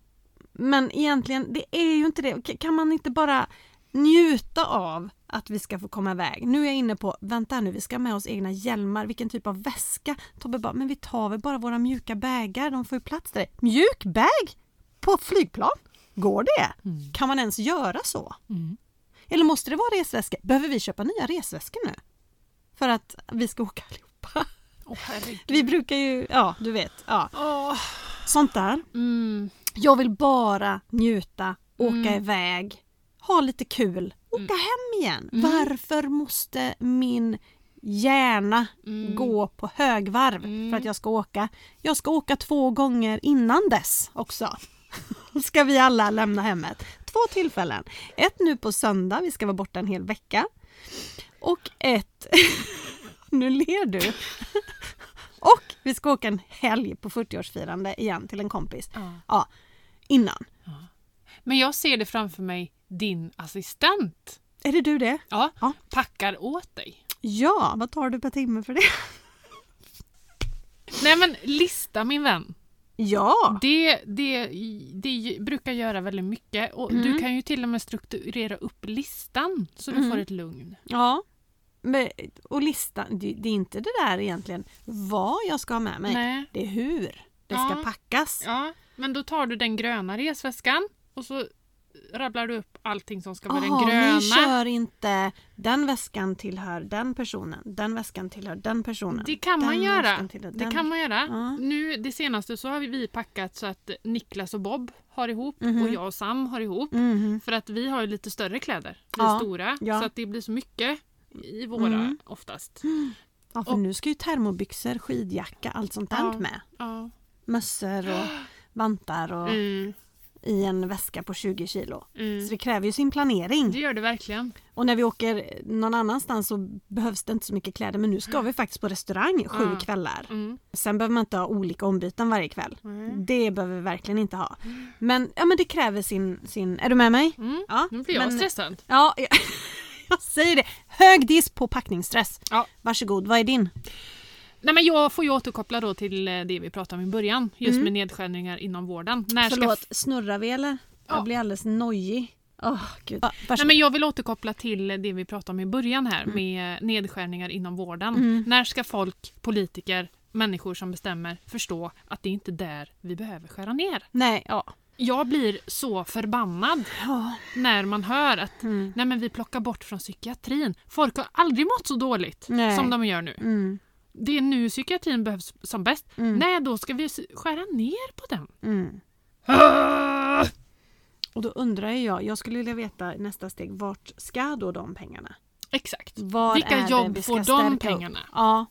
[SPEAKER 2] Men egentligen, det är ju inte det. K- Kan man inte bara njuta av att vi ska få komma iväg? Nu är jag inne på, vänta här nu, vi ska ha med oss egna hjälmar, vilken typ av väska? Tobbe bara, men vi tar väl bara våra mjuka bägar, de får ju plats där. Mjuk bag? På flygplan? Går det? Kan man ens göra så?
[SPEAKER 1] Mm.
[SPEAKER 2] Eller måste det vara resväska? Behöver vi köpa nya resväskor nu? För att vi ska åka allihopa.
[SPEAKER 1] Åh, herregud.
[SPEAKER 2] Vi brukar ju, ja du vet, ja. Sånt där.
[SPEAKER 1] Mm.
[SPEAKER 2] Jag vill bara njuta, åka iväg, ha lite kul, åka hem igen. Varför måste min hjärna
[SPEAKER 1] Mm.
[SPEAKER 2] gå på högvarv för att jag ska åka? Jag ska åka två gånger innan dess också. ska vi alla lämna hemmet. Två tillfällen. Ett nu på söndag, vi ska vara borta en hel vecka. Och ett... nu ler du. och vi ska åka en helg på 40-årsfirande igen till en kompis.
[SPEAKER 1] Ja.
[SPEAKER 2] Ja, innan.
[SPEAKER 1] Men jag ser det framför mig, din assistent.
[SPEAKER 2] Är det du det?
[SPEAKER 1] Ja,
[SPEAKER 2] Ja.
[SPEAKER 1] packar åt dig.
[SPEAKER 2] Ja, vad tar du per timme för det?
[SPEAKER 1] Nej men lista min vän.
[SPEAKER 2] Ja,
[SPEAKER 1] Det, det, det ju- brukar göra väldigt mycket. Och
[SPEAKER 2] Mm.
[SPEAKER 1] Du kan ju till och med strukturera upp listan så du får ett lugn.
[SPEAKER 2] ja. Men, och listan, det, det är inte det där egentligen vad jag ska ha med mig.
[SPEAKER 1] Nej.
[SPEAKER 2] Det är hur det
[SPEAKER 1] Ja.
[SPEAKER 2] ska packas.
[SPEAKER 1] Ja, men då tar du den gröna resväskan och så rabblar du upp allting som ska vara
[SPEAKER 2] Aha,
[SPEAKER 1] den gröna.
[SPEAKER 2] ni kör inte den väskan tillhör den personen, den väskan tillhör den personen.
[SPEAKER 1] Det kan
[SPEAKER 2] den
[SPEAKER 1] man göra.
[SPEAKER 2] väskan tillhör
[SPEAKER 1] Det
[SPEAKER 2] den.
[SPEAKER 1] kan man göra.
[SPEAKER 2] Ja.
[SPEAKER 1] Nu det senaste så har vi packat så att Niklas och Bob har ihop och jag och Sam har ihop.
[SPEAKER 2] Mhm.
[SPEAKER 1] För att vi har ju lite större kläder. Vi är
[SPEAKER 2] Ja,
[SPEAKER 1] stora.
[SPEAKER 2] ja.
[SPEAKER 1] Så att det blir så mycket i våra
[SPEAKER 2] Mm.
[SPEAKER 1] oftast.
[SPEAKER 2] Ja, för
[SPEAKER 1] Och-
[SPEAKER 2] nu ska ju termobyxor, skidjacka, allt sånt där
[SPEAKER 1] Ja.
[SPEAKER 2] med.
[SPEAKER 1] Ja.
[SPEAKER 2] Mössor och vantar och
[SPEAKER 1] Mm,
[SPEAKER 2] i en väska på 20 kilo.
[SPEAKER 1] mm.
[SPEAKER 2] Så det kräver ju sin planering.
[SPEAKER 1] Det gör det verkligen.
[SPEAKER 2] Och när vi åker någon annanstans så behövs det inte så mycket kläder. Men nu ska vi faktiskt på restaurang sju
[SPEAKER 1] Ja.
[SPEAKER 2] kvällar.
[SPEAKER 1] Mm.
[SPEAKER 2] Sen behöver man inte ha olika ombyten varje kväll.
[SPEAKER 1] Mm.
[SPEAKER 2] Det behöver vi verkligen inte ha. Men, ja, men det kräver sin, sin... Är du med mig?
[SPEAKER 1] Mm.
[SPEAKER 2] Ja,
[SPEAKER 1] Nu blir jag
[SPEAKER 2] men-
[SPEAKER 1] stressad.
[SPEAKER 2] Ja, jag, jag säger det. Hög diss på packningsstress.
[SPEAKER 1] Ja.
[SPEAKER 2] Varsågod, vad är din?
[SPEAKER 1] Nej, men jag får ju återkoppla då till eh, det vi pratade om i början. Just med nedskärningar inom vården. När ska
[SPEAKER 2] Mm. Förlåt, snurrar vi eller?
[SPEAKER 1] Ja.
[SPEAKER 2] Jag blir alldeles nojig. Åh, gud. Ja,
[SPEAKER 1] Nej,
[SPEAKER 2] varsågod.
[SPEAKER 1] men jag vill återkoppla till det vi pratade om i början här
[SPEAKER 2] Mm.
[SPEAKER 1] med eh, nedskärningar inom vården. När ska folk, politiker, människor som bestämmer förstå att det är inte där vi behöver skära ner?
[SPEAKER 2] Nej, ja.
[SPEAKER 1] Jag blir så förbannad
[SPEAKER 2] Ja.
[SPEAKER 1] när man hör att
[SPEAKER 2] Mm.
[SPEAKER 1] Nej, men vi plockar bort från psykiatrin. Folk har aldrig mått så dåligt
[SPEAKER 2] Nej.
[SPEAKER 1] som de gör nu.
[SPEAKER 2] Mm,
[SPEAKER 1] Det är nu psykiatrin behövs som bäst.
[SPEAKER 2] Mm.
[SPEAKER 1] Nej, då ska vi s- skära ner på den.
[SPEAKER 2] mm. Och då undrar ju jag, jag skulle vilja veta i nästa steg, vart ska då de pengarna?
[SPEAKER 1] Exakt.
[SPEAKER 2] Var
[SPEAKER 1] Vilka
[SPEAKER 2] är det
[SPEAKER 1] jobb
[SPEAKER 2] vi ska
[SPEAKER 1] får de
[SPEAKER 2] stärka upp?
[SPEAKER 1] pengarna?
[SPEAKER 2] Ja,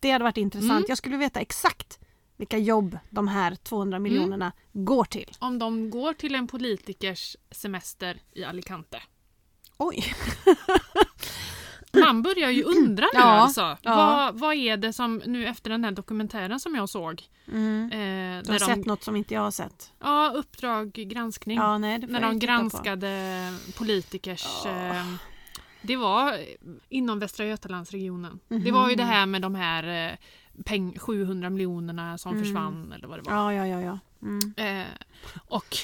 [SPEAKER 2] det hade varit intressant.
[SPEAKER 1] Mm.
[SPEAKER 2] Jag skulle vilja veta exakt vilka jobb de här
[SPEAKER 1] Mm.
[SPEAKER 2] 200 miljonerna går till.
[SPEAKER 1] Om de går till en politikers semester i Alicante.
[SPEAKER 2] Oj!
[SPEAKER 1] Man börjar ju undra nu
[SPEAKER 2] Ja,
[SPEAKER 1] alltså.
[SPEAKER 2] ja.
[SPEAKER 1] Vad, vad är det som nu efter den här dokumentären som jag såg.
[SPEAKER 2] Mm.
[SPEAKER 1] Eh,
[SPEAKER 2] Du har
[SPEAKER 1] där
[SPEAKER 2] sett
[SPEAKER 1] de,
[SPEAKER 2] något som inte jag har sett.
[SPEAKER 1] ja, Uppdrag granskning.
[SPEAKER 2] Ja, nej, det får
[SPEAKER 1] när
[SPEAKER 2] jag
[SPEAKER 1] de
[SPEAKER 2] titta på.
[SPEAKER 1] granskade politikers... Eh, det var eh, inom Västra Götalandsregionen. Det var
[SPEAKER 2] Mhm.
[SPEAKER 1] ju det här med de här eh, peng,
[SPEAKER 2] Mm.
[SPEAKER 1] 700 miljonerna som försvann eller vad det var.
[SPEAKER 2] Ja, ja, ja. ja. Mm.
[SPEAKER 1] Eh, och, och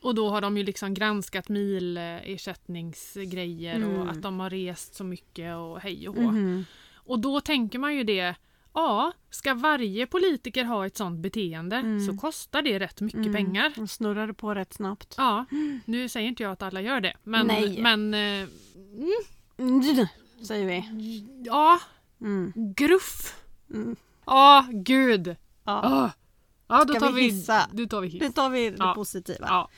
[SPEAKER 1] Och då har de ju liksom granskat milersättningsgrejer
[SPEAKER 2] Mm.
[SPEAKER 1] och att de har rest så mycket och hej och hå.
[SPEAKER 2] Mhm.
[SPEAKER 1] Och då tänker man ju det, ja, ska varje politiker ha ett sånt beteende
[SPEAKER 2] Mm.
[SPEAKER 1] så kostar det rätt mycket
[SPEAKER 2] Mm.
[SPEAKER 1] pengar.
[SPEAKER 2] De snurrade på rätt snabbt.
[SPEAKER 1] Ja, nu säger inte jag att alla gör det, men,
[SPEAKER 2] Nej.
[SPEAKER 1] men eh, mm,
[SPEAKER 2] Mm, Säger vi.
[SPEAKER 1] ja,
[SPEAKER 2] Mm.
[SPEAKER 1] gruff.
[SPEAKER 2] Mm.
[SPEAKER 1] Ja, gud.
[SPEAKER 2] Ja.
[SPEAKER 1] Ah. Ja, då
[SPEAKER 2] Ska
[SPEAKER 1] tar
[SPEAKER 2] vi
[SPEAKER 1] vi,
[SPEAKER 2] hissa?
[SPEAKER 1] Nu tar vi hiss.
[SPEAKER 2] Nu tar vi det
[SPEAKER 1] Ja.
[SPEAKER 2] positiva. Ja.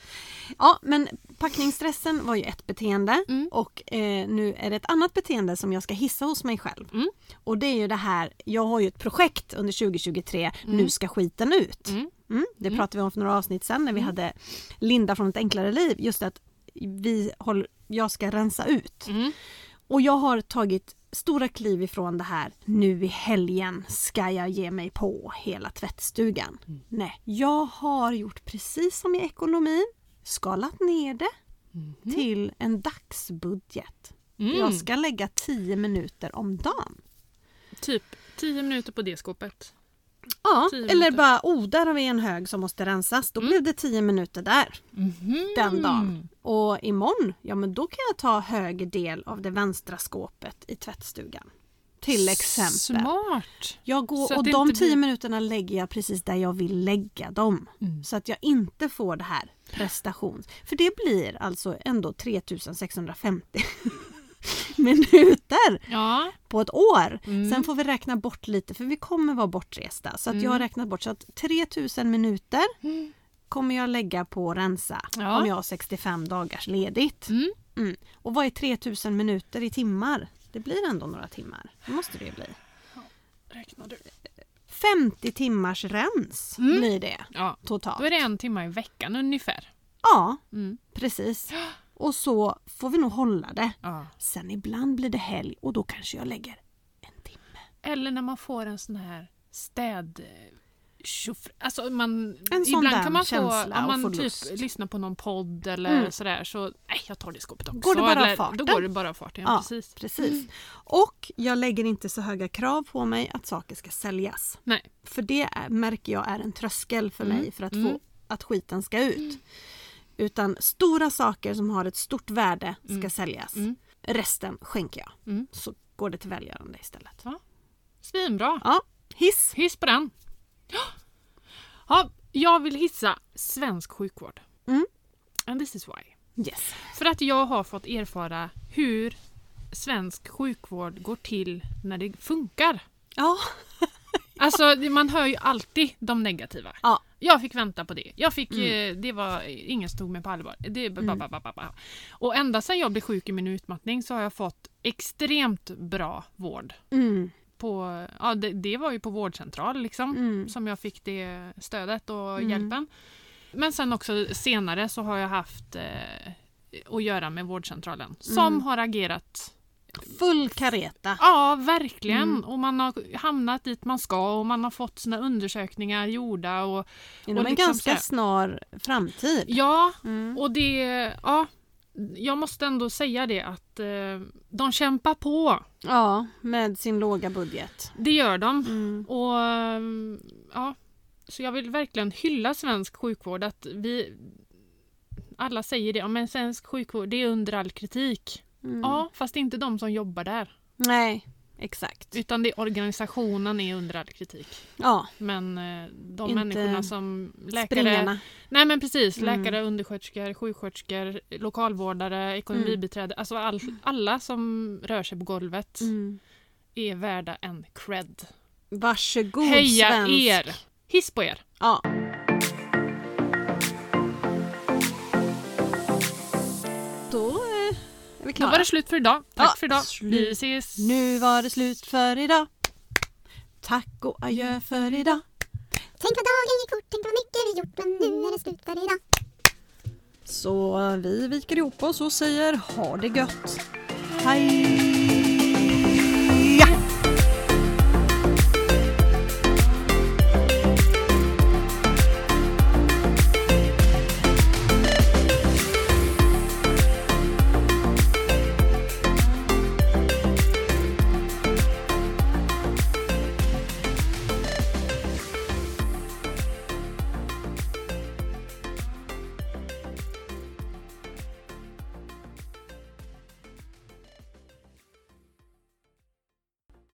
[SPEAKER 1] Ja.
[SPEAKER 2] men packningsstressen var ju ett beteende
[SPEAKER 1] Mm.
[SPEAKER 2] och eh, nu är det ett annat beteende som jag ska hissa hos mig själv.
[SPEAKER 1] Mm.
[SPEAKER 2] Och det är ju det här, jag har ju ett projekt under 2023, nu ska skiten ut.
[SPEAKER 1] Mm.
[SPEAKER 2] Mm, det pratade vi om för några avsnitt sedan när vi hade Linda från ett enklare liv, just att vi håller, jag ska rensa ut.
[SPEAKER 1] Mm.
[SPEAKER 2] Och jag har tagit stora kliv ifrån det här, nu i helgen ska jag ge mig på hela tvättstugan. Nej, jag har gjort precis som i ekonomin, skalat ner det Mhm. till en dagsbudget.
[SPEAKER 1] Mm.
[SPEAKER 2] Jag ska lägga 10 minuter om dagen.
[SPEAKER 1] Typ 10 minuter på det skåpet.
[SPEAKER 2] Ja,
[SPEAKER 1] 10
[SPEAKER 2] eller
[SPEAKER 1] minuter.
[SPEAKER 2] bara, oh där har vi en hög som måste rensas. Då blev det 10 minuter där
[SPEAKER 1] Mhm.
[SPEAKER 2] den dagen. Och imorgon, ja men då kan jag ta höger del av det vänstra skåpet i tvättstugan. Till exempel.
[SPEAKER 1] Smart.
[SPEAKER 2] Jag går,
[SPEAKER 1] Så att
[SPEAKER 2] och
[SPEAKER 1] det
[SPEAKER 2] de
[SPEAKER 1] inte
[SPEAKER 2] 10
[SPEAKER 1] blir- Mm.
[SPEAKER 2] minuterna lägger jag precis där jag vill lägga dem. Så att jag inte får det här prestation. För det blir alltså ändå 3650 minuter
[SPEAKER 1] Ja.
[SPEAKER 2] på ett år.
[SPEAKER 1] Mm.
[SPEAKER 2] Sen får vi räkna bort lite för vi kommer vara bortresta. Så att jag har
[SPEAKER 1] Mm.
[SPEAKER 2] räknat bort så att 3000 minuter kommer jag lägga på att rensa
[SPEAKER 1] Ja.
[SPEAKER 2] om jag har 65 dagars ledigt.
[SPEAKER 1] Mm.
[SPEAKER 2] Mm. Och vad är 3000 minuter i timmar? Det blir ändå några timmar. Det måste det ju bli.
[SPEAKER 1] Räknar du?
[SPEAKER 2] 50 timmars rens blir det
[SPEAKER 1] Ja. Mm. Då
[SPEAKER 2] totalt.
[SPEAKER 1] är det en timme i veckan ungefär.
[SPEAKER 2] Ja,
[SPEAKER 1] Mm.
[SPEAKER 2] precis. Och så får vi nog hålla det.
[SPEAKER 1] Ja.
[SPEAKER 2] Sen ibland blir det helg och då kanske jag lägger en timme.
[SPEAKER 1] Eller när man får en sån här städ... eh, tjoff- Alltså man,
[SPEAKER 2] En sån
[SPEAKER 1] ibland
[SPEAKER 2] där
[SPEAKER 1] kan man
[SPEAKER 2] känsla
[SPEAKER 1] få, om
[SPEAKER 2] och
[SPEAKER 1] man
[SPEAKER 2] få
[SPEAKER 1] typ
[SPEAKER 2] lust.
[SPEAKER 1] lyssnar på någon podd eller
[SPEAKER 2] Mm.
[SPEAKER 1] sådär så, nej jag tar det skåpet också.
[SPEAKER 2] Går det bara av
[SPEAKER 1] eller,
[SPEAKER 2] farten?
[SPEAKER 1] Då går det bara av farten, ja,
[SPEAKER 2] Ja.
[SPEAKER 1] precis.
[SPEAKER 2] Precis. Och jag lägger inte så höga krav på mig att saker ska säljas.
[SPEAKER 1] Nej.
[SPEAKER 2] För det är, märker jag är en tröskel för
[SPEAKER 1] Mm.
[SPEAKER 2] mig för att
[SPEAKER 1] Mm.
[SPEAKER 2] få att skiten ska ut. Utan stora saker som har ett stort värde ska säljas.
[SPEAKER 1] Mm.
[SPEAKER 2] Resten skänker jag.
[SPEAKER 1] Mm.
[SPEAKER 2] Så går det till välgörande istället.
[SPEAKER 1] Svinbra.
[SPEAKER 2] Ja, hiss.
[SPEAKER 1] Hiss på den. Ja, jag vill hissa svensk sjukvård.
[SPEAKER 2] Mm.
[SPEAKER 1] And this is why.
[SPEAKER 2] Yes.
[SPEAKER 1] För att jag har fått erfara hur svensk sjukvård går till när det funkar.
[SPEAKER 2] Ja.
[SPEAKER 1] Alltså det- man hör ju alltid de negativa.
[SPEAKER 2] Ja. Mm.
[SPEAKER 1] Jag fick vänta på det. Jag fick, eh, det var, ingen stod mig på allvar. Det, ba, ba, ba, ba, ba, ba. Och ända sedan jag blev sjuk i min utmattning så har jag fått extremt bra vård.
[SPEAKER 2] Mm.
[SPEAKER 1] På, ja, det, det var ju på vårdcentral liksom,
[SPEAKER 2] Mm.
[SPEAKER 1] som jag fick det stödet och
[SPEAKER 2] Mm.
[SPEAKER 1] hjälpen. Men sen också senare så har jag haft eh, att göra med vårdcentralen som
[SPEAKER 2] Mm.
[SPEAKER 1] har agerat
[SPEAKER 2] Full kareta.
[SPEAKER 1] Ja, verkligen.
[SPEAKER 2] Mm.
[SPEAKER 1] Och man har hamnat dit man ska och man har fått sina undersökningar gjorda. Och,
[SPEAKER 2] Inom en
[SPEAKER 1] liksom
[SPEAKER 2] ganska
[SPEAKER 1] så här-
[SPEAKER 2] snar framtid.
[SPEAKER 1] ja,
[SPEAKER 2] Mm.
[SPEAKER 1] och det... Ja, jag måste ändå säga det att eh, de kämpar på.
[SPEAKER 2] Ja, med sin låga budget.
[SPEAKER 1] Det gör de.
[SPEAKER 2] Mm.
[SPEAKER 1] Och eh, ja, Så jag vill verkligen hylla svensk sjukvård. Att vi... Alla säger det, ja, men svensk sjukvård det är under all kritik.
[SPEAKER 2] Mm.
[SPEAKER 1] Ja, fast det är inte de som jobbar där.
[SPEAKER 2] Nej, exakt.
[SPEAKER 1] Utan det är organisationen är under all kritik.
[SPEAKER 2] Ja,
[SPEAKER 1] Men eh, de
[SPEAKER 2] Inte
[SPEAKER 1] människorna som läkare,
[SPEAKER 2] springarna.
[SPEAKER 1] nej men precis,
[SPEAKER 2] Mm.
[SPEAKER 1] läkare, undersköterskor, sjuksköterskor, lokalvårdare, ekonomibiträde, alltså all, alla som rör sig på golvet
[SPEAKER 2] Mm.
[SPEAKER 1] är värda en cred.
[SPEAKER 2] Varsågod
[SPEAKER 1] Heja
[SPEAKER 2] Oh, svensk.
[SPEAKER 1] er! Hiss på er!
[SPEAKER 2] Ja. Då eh, är vi
[SPEAKER 1] Då
[SPEAKER 2] klara.
[SPEAKER 1] var det slut för idag. Tack
[SPEAKER 2] Ja,
[SPEAKER 1] för idag.
[SPEAKER 2] slut.
[SPEAKER 1] Vi ses.
[SPEAKER 2] Nu var det slut för idag. Tack och adjö för idag.
[SPEAKER 3] Tänk vad dagen gick fort, tänk vad mycket vi gjort, men nu är det slut för idag.
[SPEAKER 2] Så vi viker ihop oss och säger ha det gött. Hej!